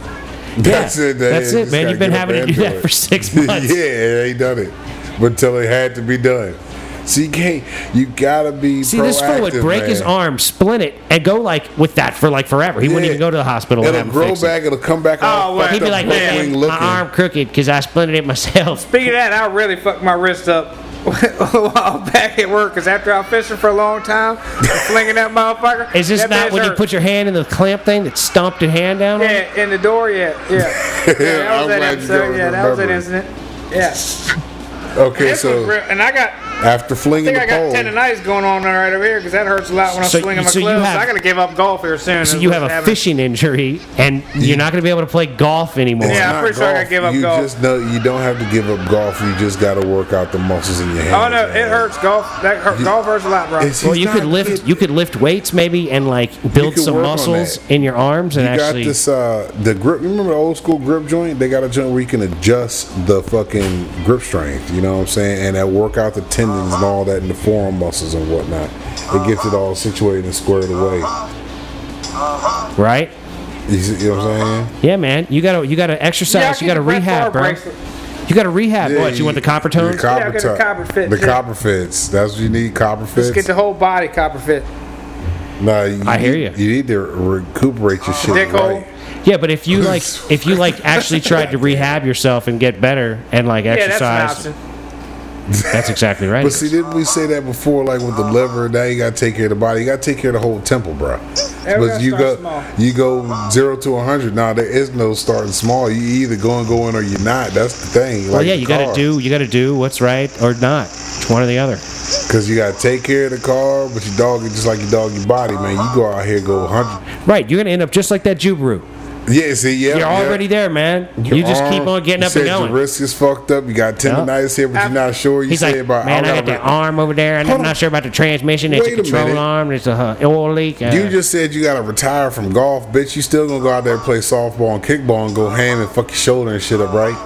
Speaker 3: That's it. that
Speaker 1: That's
Speaker 3: is.
Speaker 1: it,
Speaker 3: Just
Speaker 1: man.
Speaker 3: gotta
Speaker 1: You've been
Speaker 3: get up
Speaker 1: having to
Speaker 3: and
Speaker 1: do
Speaker 3: it.
Speaker 1: that for six months.
Speaker 3: yeah, they done it. But until it had to be done. So you can't. You gotta be.
Speaker 1: See, this fool would
Speaker 3: proactive,
Speaker 1: break his
Speaker 3: man.
Speaker 1: arm, splint it, and go like with that for like forever. He wouldn't
Speaker 3: Yeah.
Speaker 1: even go to the hospital. and
Speaker 3: It'll
Speaker 1: have him
Speaker 3: grow
Speaker 1: fix it.
Speaker 3: back. It'll come back. all
Speaker 2: Oh, well.
Speaker 1: He'd be
Speaker 3: fucked
Speaker 1: like,
Speaker 3: up, wing
Speaker 1: man, my
Speaker 3: looking."
Speaker 1: arm crooked because I splinted it myself.
Speaker 2: Speaking of that, I really fucked my wrist up a while back at work because after I fishing for a long time, flinging that motherfucker.
Speaker 1: Is this
Speaker 2: that
Speaker 1: not
Speaker 2: bitch
Speaker 1: when you
Speaker 2: hurt.
Speaker 1: put your hand in the clamp thing that stomped your hand down? on it?
Speaker 2: Yeah, in the door, yeah. Yeah, yeah that
Speaker 3: I'm
Speaker 2: was that
Speaker 3: glad you
Speaker 2: episode.
Speaker 3: don't
Speaker 2: Yeah, that was that
Speaker 3: remember.
Speaker 2: incident. Yeah.
Speaker 3: Okay,
Speaker 2: This was real.
Speaker 3: so
Speaker 2: And I got, I
Speaker 3: after flinging
Speaker 2: think I
Speaker 3: the
Speaker 2: got
Speaker 3: pole,
Speaker 2: tendonitis going on right over here because that hurts a lot when I'm
Speaker 1: So-
Speaker 2: swinging my
Speaker 1: so you
Speaker 2: clubs.
Speaker 1: have-
Speaker 2: I got to give up golf here soon.
Speaker 1: So
Speaker 2: is
Speaker 1: you
Speaker 2: what's
Speaker 1: have a
Speaker 2: happening.
Speaker 1: fishing injury, and you're not going to be able to play golf anymore.
Speaker 3: It's
Speaker 2: Yeah, I'm
Speaker 3: not
Speaker 2: pretty sure I gotta give up
Speaker 3: you
Speaker 2: golf.
Speaker 3: Just know, you don't have to give up golf. You just got to work out the muscles in your hands.
Speaker 2: Oh no,
Speaker 3: man.
Speaker 2: it hurts golf. That hurt,
Speaker 3: You-
Speaker 2: golf hurts a lot, bro.
Speaker 3: It's-
Speaker 1: Well,
Speaker 3: he's
Speaker 1: you could
Speaker 3: not-
Speaker 1: lift.
Speaker 3: it-
Speaker 1: You could lift weights maybe, and like build
Speaker 3: could
Speaker 1: some
Speaker 3: work on
Speaker 1: muscles
Speaker 3: that.
Speaker 1: in your arms, and
Speaker 3: You got
Speaker 1: actually.
Speaker 3: this. Uh, the grip. You remember the old school grip joint? They got a joint where you can adjust the fucking grip strength. You know what I'm saying? And that work out the tendons and all that, and the forearm muscles and whatnot. It gets it all situated and squared away.
Speaker 1: Right?
Speaker 3: You, see, you know what I'm saying?
Speaker 1: Yeah, man. You gotta you gotta
Speaker 2: Yeah, I
Speaker 1: exercise.
Speaker 2: keep
Speaker 1: you gotta
Speaker 2: the Brett Favre
Speaker 1: rehab, bro.
Speaker 2: bracelet.
Speaker 1: You gotta rehab.
Speaker 3: Yeah,
Speaker 1: what? You, want the copper tones?
Speaker 3: The copper,
Speaker 2: Yeah, I got the
Speaker 3: to-
Speaker 2: copper fit,
Speaker 3: The
Speaker 2: yeah.
Speaker 3: copper fits. That's what you need. Copper fits.
Speaker 2: Just get the whole body copper fit.
Speaker 3: Nah, you,
Speaker 1: I hear
Speaker 3: need-
Speaker 1: you.
Speaker 3: You need to recuperate your shit
Speaker 2: Dick hole.
Speaker 3: right.
Speaker 1: yeah, but if you like if you like actually tried to rehab yourself and get better and like
Speaker 2: Yeah, that's an
Speaker 1: exercise,
Speaker 2: option.
Speaker 1: That's exactly right.
Speaker 3: But see, didn't we say that before? Like with the liver, now you got to take care of the body. You got to take care of the whole temple, bro. But
Speaker 2: gotta
Speaker 3: you
Speaker 2: start
Speaker 3: go,
Speaker 2: small.
Speaker 3: you go zero to a hundred. Now there is no starting small. You either going going or you're not. That's the thing. Like
Speaker 1: well, yeah, you got to do you got to do what's right or not. It's one or the other.
Speaker 3: because you got to take care of the car, but your dog is just like your dog, your body, man. You go out here, go hundred.
Speaker 1: Right, you're gonna end up just like that Jubaru.
Speaker 3: Yeah, see, yeah,
Speaker 1: You're
Speaker 3: yeah.
Speaker 1: already there, man.
Speaker 3: Your
Speaker 1: You just keep
Speaker 3: arm,
Speaker 1: on getting
Speaker 3: you
Speaker 1: up and
Speaker 3: said
Speaker 1: going.
Speaker 3: Your wrist is fucked up. You got tendonitis here, but you're not sure. You
Speaker 1: He's
Speaker 3: say
Speaker 1: like,
Speaker 3: about
Speaker 1: man, I
Speaker 3: don't
Speaker 1: got that
Speaker 3: have a-
Speaker 1: arm over there, and I'm
Speaker 3: Hold on.
Speaker 1: not sure about the transmission. It's a
Speaker 3: Wait a
Speaker 1: control
Speaker 3: minute.
Speaker 1: arm. It's a uh, oil leak. Uh,
Speaker 3: You just said you gotta retire from golf, bitch. You still gonna go out there and play softball and kickball and go ham and fuck your shoulder and shit up, right?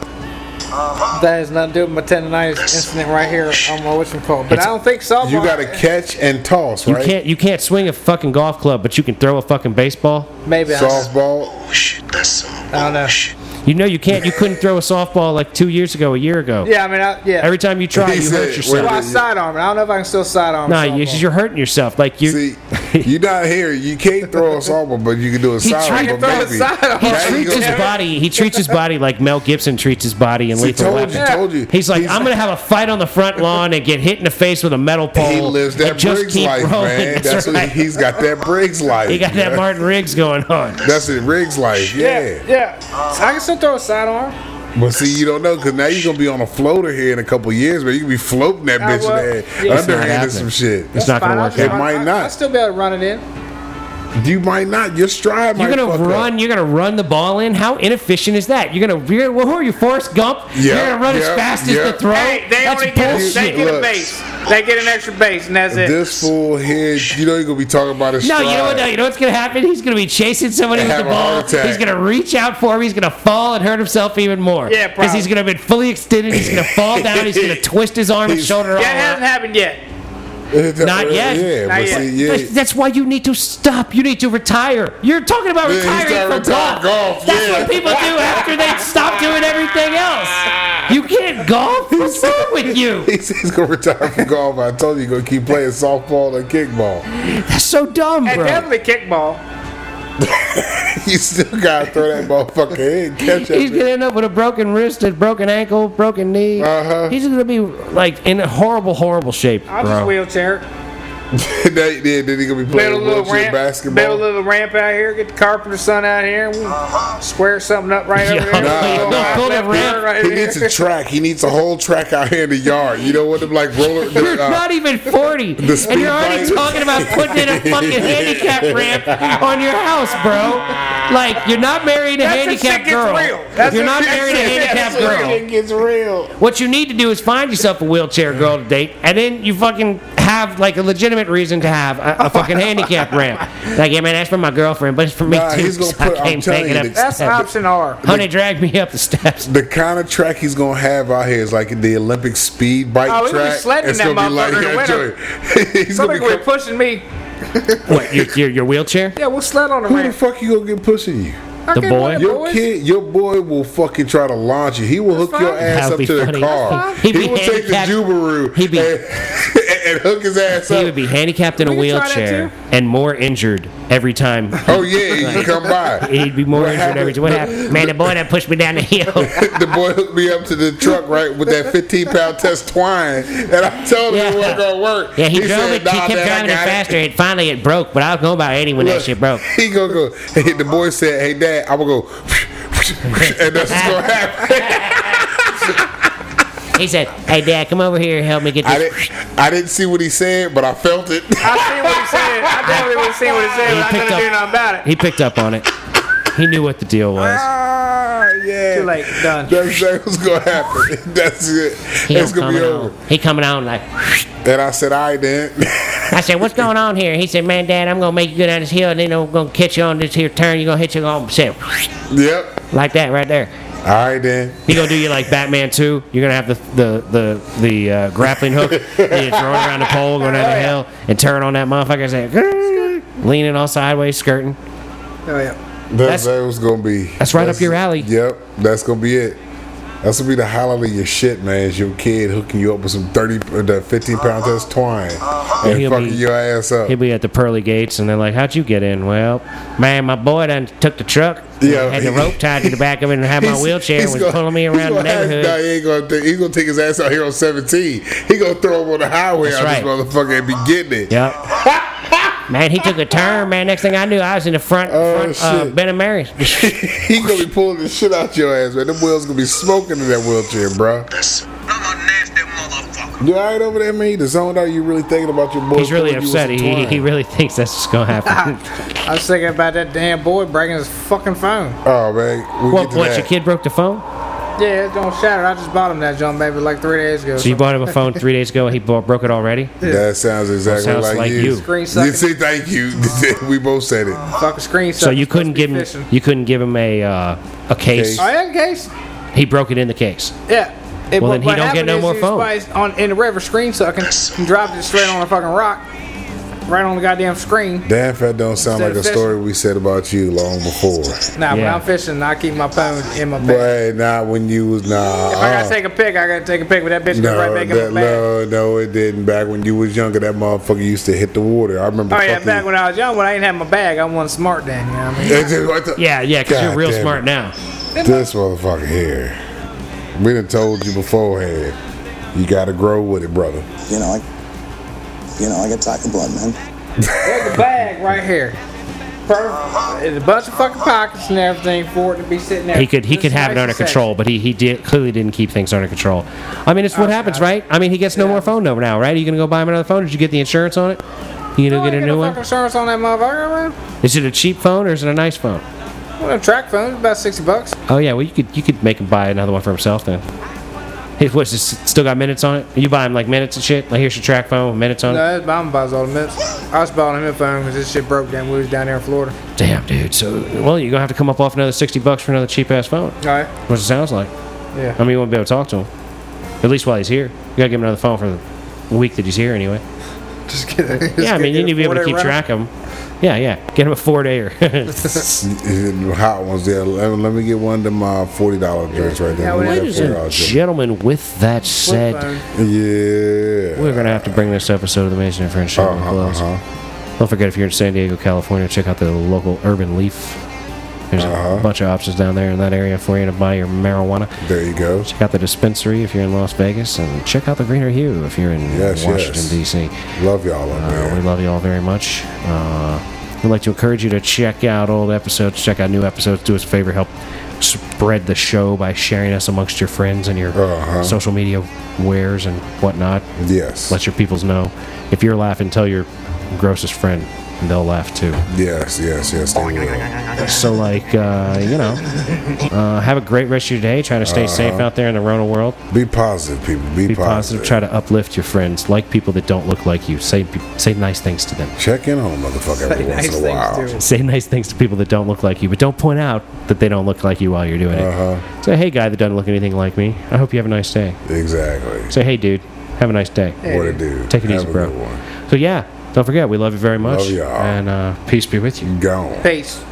Speaker 2: That has nothing to do with my tendonitis incident right here. I don't know what you call it. But I don't think softball.
Speaker 3: You gotta catch and toss,
Speaker 1: you
Speaker 3: right?
Speaker 1: can't you can't swing a fucking golf club, but you can throw a fucking baseball.
Speaker 2: Maybe. I don't know.
Speaker 3: softball.
Speaker 2: I don't know.
Speaker 1: You know you can't. You couldn't throw a softball like two years ago, a year ago.
Speaker 2: Yeah, I mean, I, yeah.
Speaker 1: Every time you try,
Speaker 3: He
Speaker 1: you
Speaker 3: said,
Speaker 1: hurt yourself.
Speaker 2: well, I
Speaker 3: wait,
Speaker 2: sidearm it. I don't know if I can still sidearm.
Speaker 1: No,
Speaker 2: softball.
Speaker 1: you, you're hurting yourself. Like you,
Speaker 3: See, you not here. You can't throw a softball, but you can do a
Speaker 1: He
Speaker 3: sidearm.
Speaker 1: tried to
Speaker 2: throw
Speaker 3: but
Speaker 2: a
Speaker 3: maybe.
Speaker 2: sidearm.
Speaker 1: he
Speaker 3: Now you
Speaker 1: treats
Speaker 3: go-
Speaker 1: his body. He treats his body like Mel Gibson treats his body in
Speaker 3: See,
Speaker 1: Lethal
Speaker 3: told
Speaker 1: Weapon.
Speaker 3: you, told you.
Speaker 1: He's like, I'm gonna have a fight on the front lawn and get hit in the face with a metal pole.
Speaker 3: He lives
Speaker 1: and
Speaker 3: that
Speaker 1: just
Speaker 3: Briggs
Speaker 1: keep
Speaker 3: life,
Speaker 1: rolling."
Speaker 3: man.
Speaker 1: That's
Speaker 3: That's
Speaker 1: right.
Speaker 3: what he's got. That Briggs life.
Speaker 1: He got that
Speaker 3: man.
Speaker 1: Martin Riggs going on.
Speaker 3: That's it, Briggs life.
Speaker 2: Yeah,
Speaker 3: Yeah.
Speaker 2: yeah. I can still throw a sidearm.
Speaker 3: But see, you don't know because now you're gonna be on a floater here in a couple years, but you can be floating that
Speaker 2: I
Speaker 3: bitch
Speaker 2: will.
Speaker 3: in
Speaker 2: It's
Speaker 3: the
Speaker 2: not
Speaker 3: air, underhand and
Speaker 1: happening.
Speaker 3: some shit.
Speaker 1: It's not gonna
Speaker 2: Fine, I'll
Speaker 1: work
Speaker 2: just
Speaker 1: out.
Speaker 3: It
Speaker 2: run-
Speaker 3: might
Speaker 2: I-
Speaker 3: not.
Speaker 2: I'll still be able to run it in.
Speaker 3: You might not. Your stride
Speaker 1: You're
Speaker 3: might
Speaker 1: gonna
Speaker 3: fuck up.
Speaker 1: run. You're gonna run the ball in. How inefficient is that? You're gonna. You're, well, who are you, Forrest Gump? you're
Speaker 3: Yeah,
Speaker 1: gonna run
Speaker 3: yeah,
Speaker 1: as fast as
Speaker 3: yeah.
Speaker 1: the throw. That's bullshit.
Speaker 3: they get a Look.
Speaker 2: base. They get an extra base, and that's
Speaker 3: This fool here, you know, you're gonna be talking about his
Speaker 1: No,
Speaker 3: stride.
Speaker 1: you know what? No, you know what's gonna happen? He's gonna be chasing somebody
Speaker 3: And
Speaker 1: with the
Speaker 3: have a heart
Speaker 1: ball.
Speaker 3: attack.
Speaker 1: He's gonna reach out for him. He's gonna fall and hurt himself even more.
Speaker 2: Yeah,
Speaker 1: because he's
Speaker 2: probably.
Speaker 1: gonna have been fully extended. He's gonna fall down. He's gonna twist his arm and
Speaker 3: He's-
Speaker 1: shoulder. all up.
Speaker 2: happened yet.
Speaker 1: Not yet.
Speaker 3: Yeah,
Speaker 2: Not
Speaker 3: but
Speaker 2: yet.
Speaker 3: see, yeah.
Speaker 1: That's, that's why you need to stop. You need to retire. You're talking about
Speaker 3: Yeah, he's
Speaker 1: retiring
Speaker 3: gotta
Speaker 1: from
Speaker 3: retire
Speaker 1: golf.
Speaker 3: golf,
Speaker 1: That's
Speaker 3: yeah.
Speaker 1: what people do after they stop doing everything else. You can't golf. What's wrong with you?
Speaker 3: He says he's gonna retire from golf. I told you, he's gonna keep playing softball and kickball.
Speaker 1: That's so dumb,
Speaker 2: And
Speaker 1: bro.
Speaker 2: definitely kickball.
Speaker 3: You still gotta throw that motherfucker in, catch
Speaker 1: He's
Speaker 3: that.
Speaker 1: gonna end up with a broken wrist, a broken ankle, broken knee.
Speaker 3: Uh-huh.
Speaker 1: He's gonna be like in a horrible, horrible shape,
Speaker 2: I'll
Speaker 1: bro.
Speaker 2: just wheelchair.
Speaker 3: bitch. then, then, then he gonna be
Speaker 2: Build a
Speaker 3: playing
Speaker 2: little
Speaker 3: wheelchair
Speaker 2: ramp.
Speaker 3: basketball.
Speaker 2: Build a little ramp out here. Get the carpenter son out here. We'll square something up right
Speaker 1: Yeah.
Speaker 2: over there.
Speaker 3: Nah,
Speaker 2: Little
Speaker 3: nah.
Speaker 1: Build a
Speaker 2: left
Speaker 1: ramp.
Speaker 2: turn right
Speaker 3: he
Speaker 2: there.
Speaker 3: needs a track. He needs a whole track out here in the yard. You know what? Them like roller. the,
Speaker 1: You're
Speaker 3: uh,
Speaker 1: not even 40, and
Speaker 3: speed
Speaker 1: you're already
Speaker 3: bike.
Speaker 1: talking about putting in a fucking handicap ramp on your house, bro. Like you're not marrying a
Speaker 2: That's when
Speaker 1: handicapped
Speaker 2: shit gets
Speaker 1: girl.
Speaker 2: real. That's
Speaker 1: you're
Speaker 2: when
Speaker 1: not
Speaker 2: shit
Speaker 1: marrying a
Speaker 2: gets real.
Speaker 1: handicapped
Speaker 2: That's when
Speaker 1: girl.
Speaker 2: shit
Speaker 3: gets real.
Speaker 1: What you need to do is find yourself a wheelchair girl to date, and then you fucking have like a legitimate reason to have a, a fucking handicap ramp. Like, yeah, man, that's for my girlfriend, but it's for me
Speaker 3: Nah,
Speaker 1: too.
Speaker 3: he's gonna
Speaker 1: 'cause
Speaker 3: put-
Speaker 1: I
Speaker 3: I'm
Speaker 1: came
Speaker 3: telling
Speaker 1: taking
Speaker 3: you,
Speaker 1: up
Speaker 3: the-
Speaker 1: the
Speaker 2: That's
Speaker 1: steps.
Speaker 2: option R.
Speaker 1: Honey, drag me up the steps.
Speaker 3: The kind of track he's gonna have out here is like the Olympic speed bike
Speaker 2: Oh, he was
Speaker 3: track.
Speaker 2: sledding
Speaker 3: It's
Speaker 2: that
Speaker 3: gonna be like
Speaker 2: motherfucker in the winter.
Speaker 3: Joey. he's
Speaker 2: Somebody
Speaker 3: gonna
Speaker 2: were
Speaker 3: be.
Speaker 2: pushing me.
Speaker 1: What your your, your wheelchair?
Speaker 2: Yeah, we'll sled on the
Speaker 3: Who the
Speaker 2: ramp.
Speaker 3: fuck you gonna get pushing you?
Speaker 2: I
Speaker 1: The
Speaker 2: get
Speaker 1: boy?
Speaker 2: one of the
Speaker 3: Your
Speaker 2: boys.
Speaker 3: kid, your boy will fucking try to launch you. He will hook
Speaker 2: That's
Speaker 3: your
Speaker 2: fine.
Speaker 3: ass
Speaker 1: That'd
Speaker 3: up
Speaker 1: be
Speaker 3: to the
Speaker 1: funny.
Speaker 3: car.
Speaker 1: That's fine. He'd
Speaker 3: He
Speaker 1: be
Speaker 3: will take the
Speaker 1: handicapped.
Speaker 3: Jubaru
Speaker 1: He'd be-
Speaker 3: and, and hook his ass
Speaker 1: He
Speaker 3: up.
Speaker 1: would be handicapped in a
Speaker 2: We can try that
Speaker 1: wheelchair
Speaker 2: too.
Speaker 1: and more injured every time.
Speaker 3: oh yeah, you come by.
Speaker 1: He'd be more
Speaker 3: What
Speaker 1: injured every
Speaker 3: happened-
Speaker 1: time. What happened? Man, the boy that pushed me down the hill.
Speaker 3: the boy hooked me up to the truck right with that 15 pound test twine, and I told him it
Speaker 1: Yeah.
Speaker 3: wasn't gonna work.
Speaker 1: Yeah, he, drove
Speaker 3: said,
Speaker 1: it.
Speaker 3: "Nah,
Speaker 1: he kept
Speaker 3: Dad, I
Speaker 1: driving it
Speaker 3: got
Speaker 1: faster. It. finally it broke, but I was going about 80 when that
Speaker 3: Look,
Speaker 1: shit broke.
Speaker 3: He gonna go. Hey, the boy said, "Hey, Dad, I'm gonna go." and that's what's gonna happen.
Speaker 1: He said, "Hey, Dad, come over here and help me get
Speaker 3: I
Speaker 1: this."
Speaker 3: didn't, I didn't see what he said, but I felt it.
Speaker 2: I see what he said. I definitely would have seen what he said, but I
Speaker 1: picked
Speaker 2: couldn't
Speaker 1: up-
Speaker 2: do nothing about it.
Speaker 1: He picked up on it. He knew what the deal was.
Speaker 3: ah, yeah.
Speaker 2: Too late. Done.
Speaker 3: That's that's what's gonna happen. That's it.
Speaker 1: He
Speaker 3: it's
Speaker 1: was
Speaker 3: gonna
Speaker 1: coming
Speaker 3: be
Speaker 1: on.
Speaker 3: over.
Speaker 1: He coming on like.
Speaker 3: And I said, "I then."
Speaker 1: I said, "What's going on here?" He said, "Man, Dad, I'm gonna make you go down this hill, and then I'm gonna catch you on this here turn. You're gonna hit your own self
Speaker 3: yep.
Speaker 1: like that right there."
Speaker 3: All right then.
Speaker 1: He gonna do you like Batman too. You're gonna have the the the, the uh, grappling hook. you throw it around the pole, go down
Speaker 3: Oh,
Speaker 1: the hill, and turn on that motherfucker. And say, "Grrr," leaning all sideways, skirting.
Speaker 2: Oh, yeah.
Speaker 1: That's-
Speaker 3: That's, that was gonna be.
Speaker 1: That's right up your alley.
Speaker 3: Yep. That's gonna be it. That's gonna be the highlight of your shit, man. Is your kid hooking you up with some thirty, uh, the fifteen pound test twine and
Speaker 1: He'll
Speaker 3: fucking
Speaker 1: be-
Speaker 3: your ass up?
Speaker 1: He'll be at the pearly gates, and they're like, "How'd you get in?" Well, man, my boy done took the truck.
Speaker 3: Yeah.
Speaker 1: had the rope tied to the back of it, and had my
Speaker 3: He's-
Speaker 1: wheelchair and
Speaker 3: he's
Speaker 1: was
Speaker 3: gonna-
Speaker 1: pulling me
Speaker 3: he's
Speaker 1: around the
Speaker 3: gonna have-
Speaker 1: neighborhood.
Speaker 3: nah, he ain't gonna think- he's gonna take his ass out here on 17. He gonna throw him on the highway
Speaker 1: That's
Speaker 3: out
Speaker 1: right.
Speaker 3: this motherfucker and be getting it.
Speaker 1: Yep. man, he took a turn. Man, next thing I knew, I was in the front,
Speaker 3: Oh,
Speaker 1: front uh,
Speaker 3: shit.
Speaker 1: Ben and Mary's.
Speaker 3: He gonna be pulling the shit out your ass, man. Them wheels gonna be smoking in that wheelchair, bro.
Speaker 4: This- I'm a nasty motherfucker.
Speaker 3: You alright over there, man? You The zoned out. You really thinking about your boy?
Speaker 1: He's really
Speaker 3: throwing you with
Speaker 1: upset.
Speaker 3: some
Speaker 1: He, he-
Speaker 3: twine.
Speaker 1: he really thinks that's just gonna happen.
Speaker 2: I was thinking about that damn boy breaking his fucking phone.
Speaker 3: Oh man, we
Speaker 1: what?
Speaker 3: get to
Speaker 1: What?
Speaker 3: that.
Speaker 1: Your kid broke the phone?
Speaker 2: Yeah, it's gonna shatter. I just bought him that junk, baby, like three days ago.
Speaker 1: So you bought him a phone three days ago, and he bought, broke it already.
Speaker 3: That sounds exactly
Speaker 1: sounds
Speaker 3: like,
Speaker 1: like
Speaker 3: you.
Speaker 1: you.
Speaker 2: Screen
Speaker 3: You
Speaker 2: sucking.
Speaker 3: say thank you. we both said it.
Speaker 2: fucking screen.
Speaker 1: So you couldn't give him.
Speaker 2: Fishing.
Speaker 1: You couldn't give him a uh, a case.
Speaker 3: Case.
Speaker 2: Oh, yeah, in case.
Speaker 1: He broke it in the case.
Speaker 2: Yeah. It,
Speaker 1: Well,
Speaker 2: what-
Speaker 1: then he
Speaker 2: what
Speaker 1: don't get
Speaker 2: happened
Speaker 1: no
Speaker 2: is
Speaker 1: more
Speaker 2: he
Speaker 1: phone.
Speaker 2: was probably On in the river, screen sucking, and dropped it straight on a fucking rock, right on the goddamn screen.
Speaker 3: Damn, if that don't sound
Speaker 2: Instead
Speaker 3: like
Speaker 2: of
Speaker 3: a story we said about you long before.
Speaker 2: Nah, when
Speaker 1: Yeah.
Speaker 2: I'm fishing, I keep my phone in my bag.
Speaker 3: But not when you was nah. uh,
Speaker 2: If I gotta take a pic, I gotta take a pic, but that bitch
Speaker 3: No,
Speaker 2: goes right back
Speaker 3: that,
Speaker 2: in my bag.
Speaker 3: no, no, it didn't. Back when you was younger, that motherfucker used to hit the water. I remember.
Speaker 2: Oh yeah,
Speaker 3: fucking-
Speaker 2: back when I was young, when I didn't have my bag, I wasn't smart then. You know what I mean?
Speaker 3: It's just what the-
Speaker 1: Yeah, yeah, because you're
Speaker 3: God
Speaker 1: real
Speaker 3: damn
Speaker 1: smart
Speaker 3: it.
Speaker 1: now.
Speaker 3: This motherfucker here. We done told you beforehand. You gotta grow with it, brother.
Speaker 5: You know, I, you know, I got taco blood, man.
Speaker 2: There's a bag right here. Perfect. There's a bunch of fucking pockets and everything for it to be sitting there.
Speaker 1: He could he
Speaker 2: Just
Speaker 1: could have it
Speaker 2: nice
Speaker 1: under
Speaker 2: and sexy.
Speaker 1: control, but he he did, clearly didn't keep things under control. I mean, it's
Speaker 3: Oh,
Speaker 1: what happens, right? I mean, he gets no more phone number now, right? Are you gonna go buy him another phone? Did you get the insurance on it? You
Speaker 2: Oh,
Speaker 1: gonna
Speaker 2: You know,
Speaker 1: get a
Speaker 2: I
Speaker 1: new
Speaker 2: fucking
Speaker 1: one?
Speaker 2: Insurance on that motherfucker, man.
Speaker 1: Is it a cheap phone or is it a nice phone?
Speaker 2: Well, a track phone, it's about sixty bucks.
Speaker 1: Oh yeah, well you could you could make him buy another one for himself then. His what's this still got minutes on it? You buy him like minutes and shit. Like here's your track phone, with minutes on it.
Speaker 2: No, that's my buys all the minutes. I was buying him a phone because this shit broke down. We was down there in Florida.
Speaker 1: Damn, dude. So well, you're gonna have to come up off another sixty bucks for another cheap ass phone.
Speaker 2: All right.
Speaker 1: What it sounds like. I
Speaker 2: Yeah.
Speaker 1: mean, you won't be able to talk to him. At least while he's here. You gotta give him another phone for the week that he's here anyway.
Speaker 2: Just kidding. Just
Speaker 1: yeah, I mean, you
Speaker 2: kidding.
Speaker 1: need to be able to
Speaker 2: Florida
Speaker 1: keep
Speaker 2: runner.
Speaker 1: track of them. Yeah, yeah. Get him a four dayer.
Speaker 3: The Hot ones there. Let, let me get one of them uh, forty dollar drinks right there.
Speaker 2: Yeah,
Speaker 3: Let me
Speaker 1: Ladies
Speaker 3: get that
Speaker 1: and
Speaker 3: $40
Speaker 1: gentlemen, with that
Speaker 2: Flip
Speaker 1: said,
Speaker 2: phone.
Speaker 3: drink. Yeah.
Speaker 1: we're going to have to bring this episode of the Mason and Friendship to a
Speaker 3: Uh-huh,
Speaker 1: close.
Speaker 3: uh-huh.
Speaker 1: Don't forget, if you're in San Diego, California, check out the local Urban Leaf. There's
Speaker 2: Uh-huh.
Speaker 1: a bunch of options down there in that area for you to buy your marijuana.
Speaker 3: There you go.
Speaker 1: Check out the dispensary if you're in Las Vegas, and check out the Greener Hue if you're in
Speaker 3: Yes,
Speaker 1: Washington,
Speaker 3: yes.
Speaker 1: D.C.
Speaker 3: Love y'all up
Speaker 1: Uh, we
Speaker 3: there.
Speaker 1: love you all very much. Uh, we'd like to encourage you to check out old episodes, check out new episodes. Do us a favor, help spread the show by sharing us amongst your friends and your
Speaker 3: Uh-huh.
Speaker 1: social media wares and whatnot.
Speaker 3: Yes.
Speaker 1: Let your peoples know. If you're laughing, tell your grossest friend, and they'll laugh too.
Speaker 3: Yes, yes, yes, they will.
Speaker 1: So, like, uh, you know, uh, have a great rest of your day. Try to stay safe
Speaker 3: Uh-huh.
Speaker 1: out there in the Rona world.
Speaker 3: Be positive, people. Be,
Speaker 1: Be positive. Try to uplift your friends. Like people that don't look like you. Say say nice things to them.
Speaker 3: Check in on motherfucker every
Speaker 2: Nice
Speaker 3: once in a
Speaker 2: things
Speaker 3: while.
Speaker 2: too.
Speaker 1: say nice things to people that don't look like you, but don't point out that they don't look like you while you're doing it. Say, hey, guy that doesn't look anything like me, I hope you have a nice day.
Speaker 3: Exactly.
Speaker 1: Say, hey, dude, have a nice day.
Speaker 3: What it do?
Speaker 1: Take it
Speaker 3: Have
Speaker 1: easy,
Speaker 3: a
Speaker 1: bro.
Speaker 3: good one.
Speaker 1: So, yeah, don't forget, we love you very much.
Speaker 3: Love y'all.
Speaker 1: And uh, peace be with you.
Speaker 3: Gone.
Speaker 2: Peace.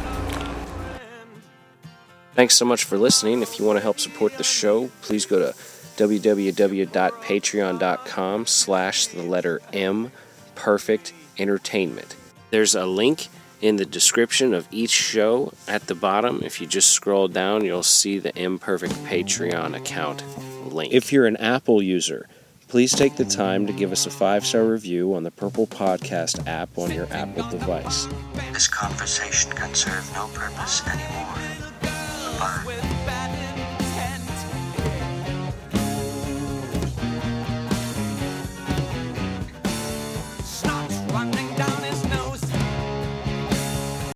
Speaker 6: Thanks so much for listening. If you want to help support the show, please go to www.patreon.com slash the letter M Perfect Entertainment. There's a link in the description of each show at the bottom. If you just scroll down, you'll see the Imperfect Patreon account link. If you're an Apple user, please take the time to give us a five-star review on the Purple Podcast app on your Apple device.
Speaker 4: This conversation can serve no purpose anymore.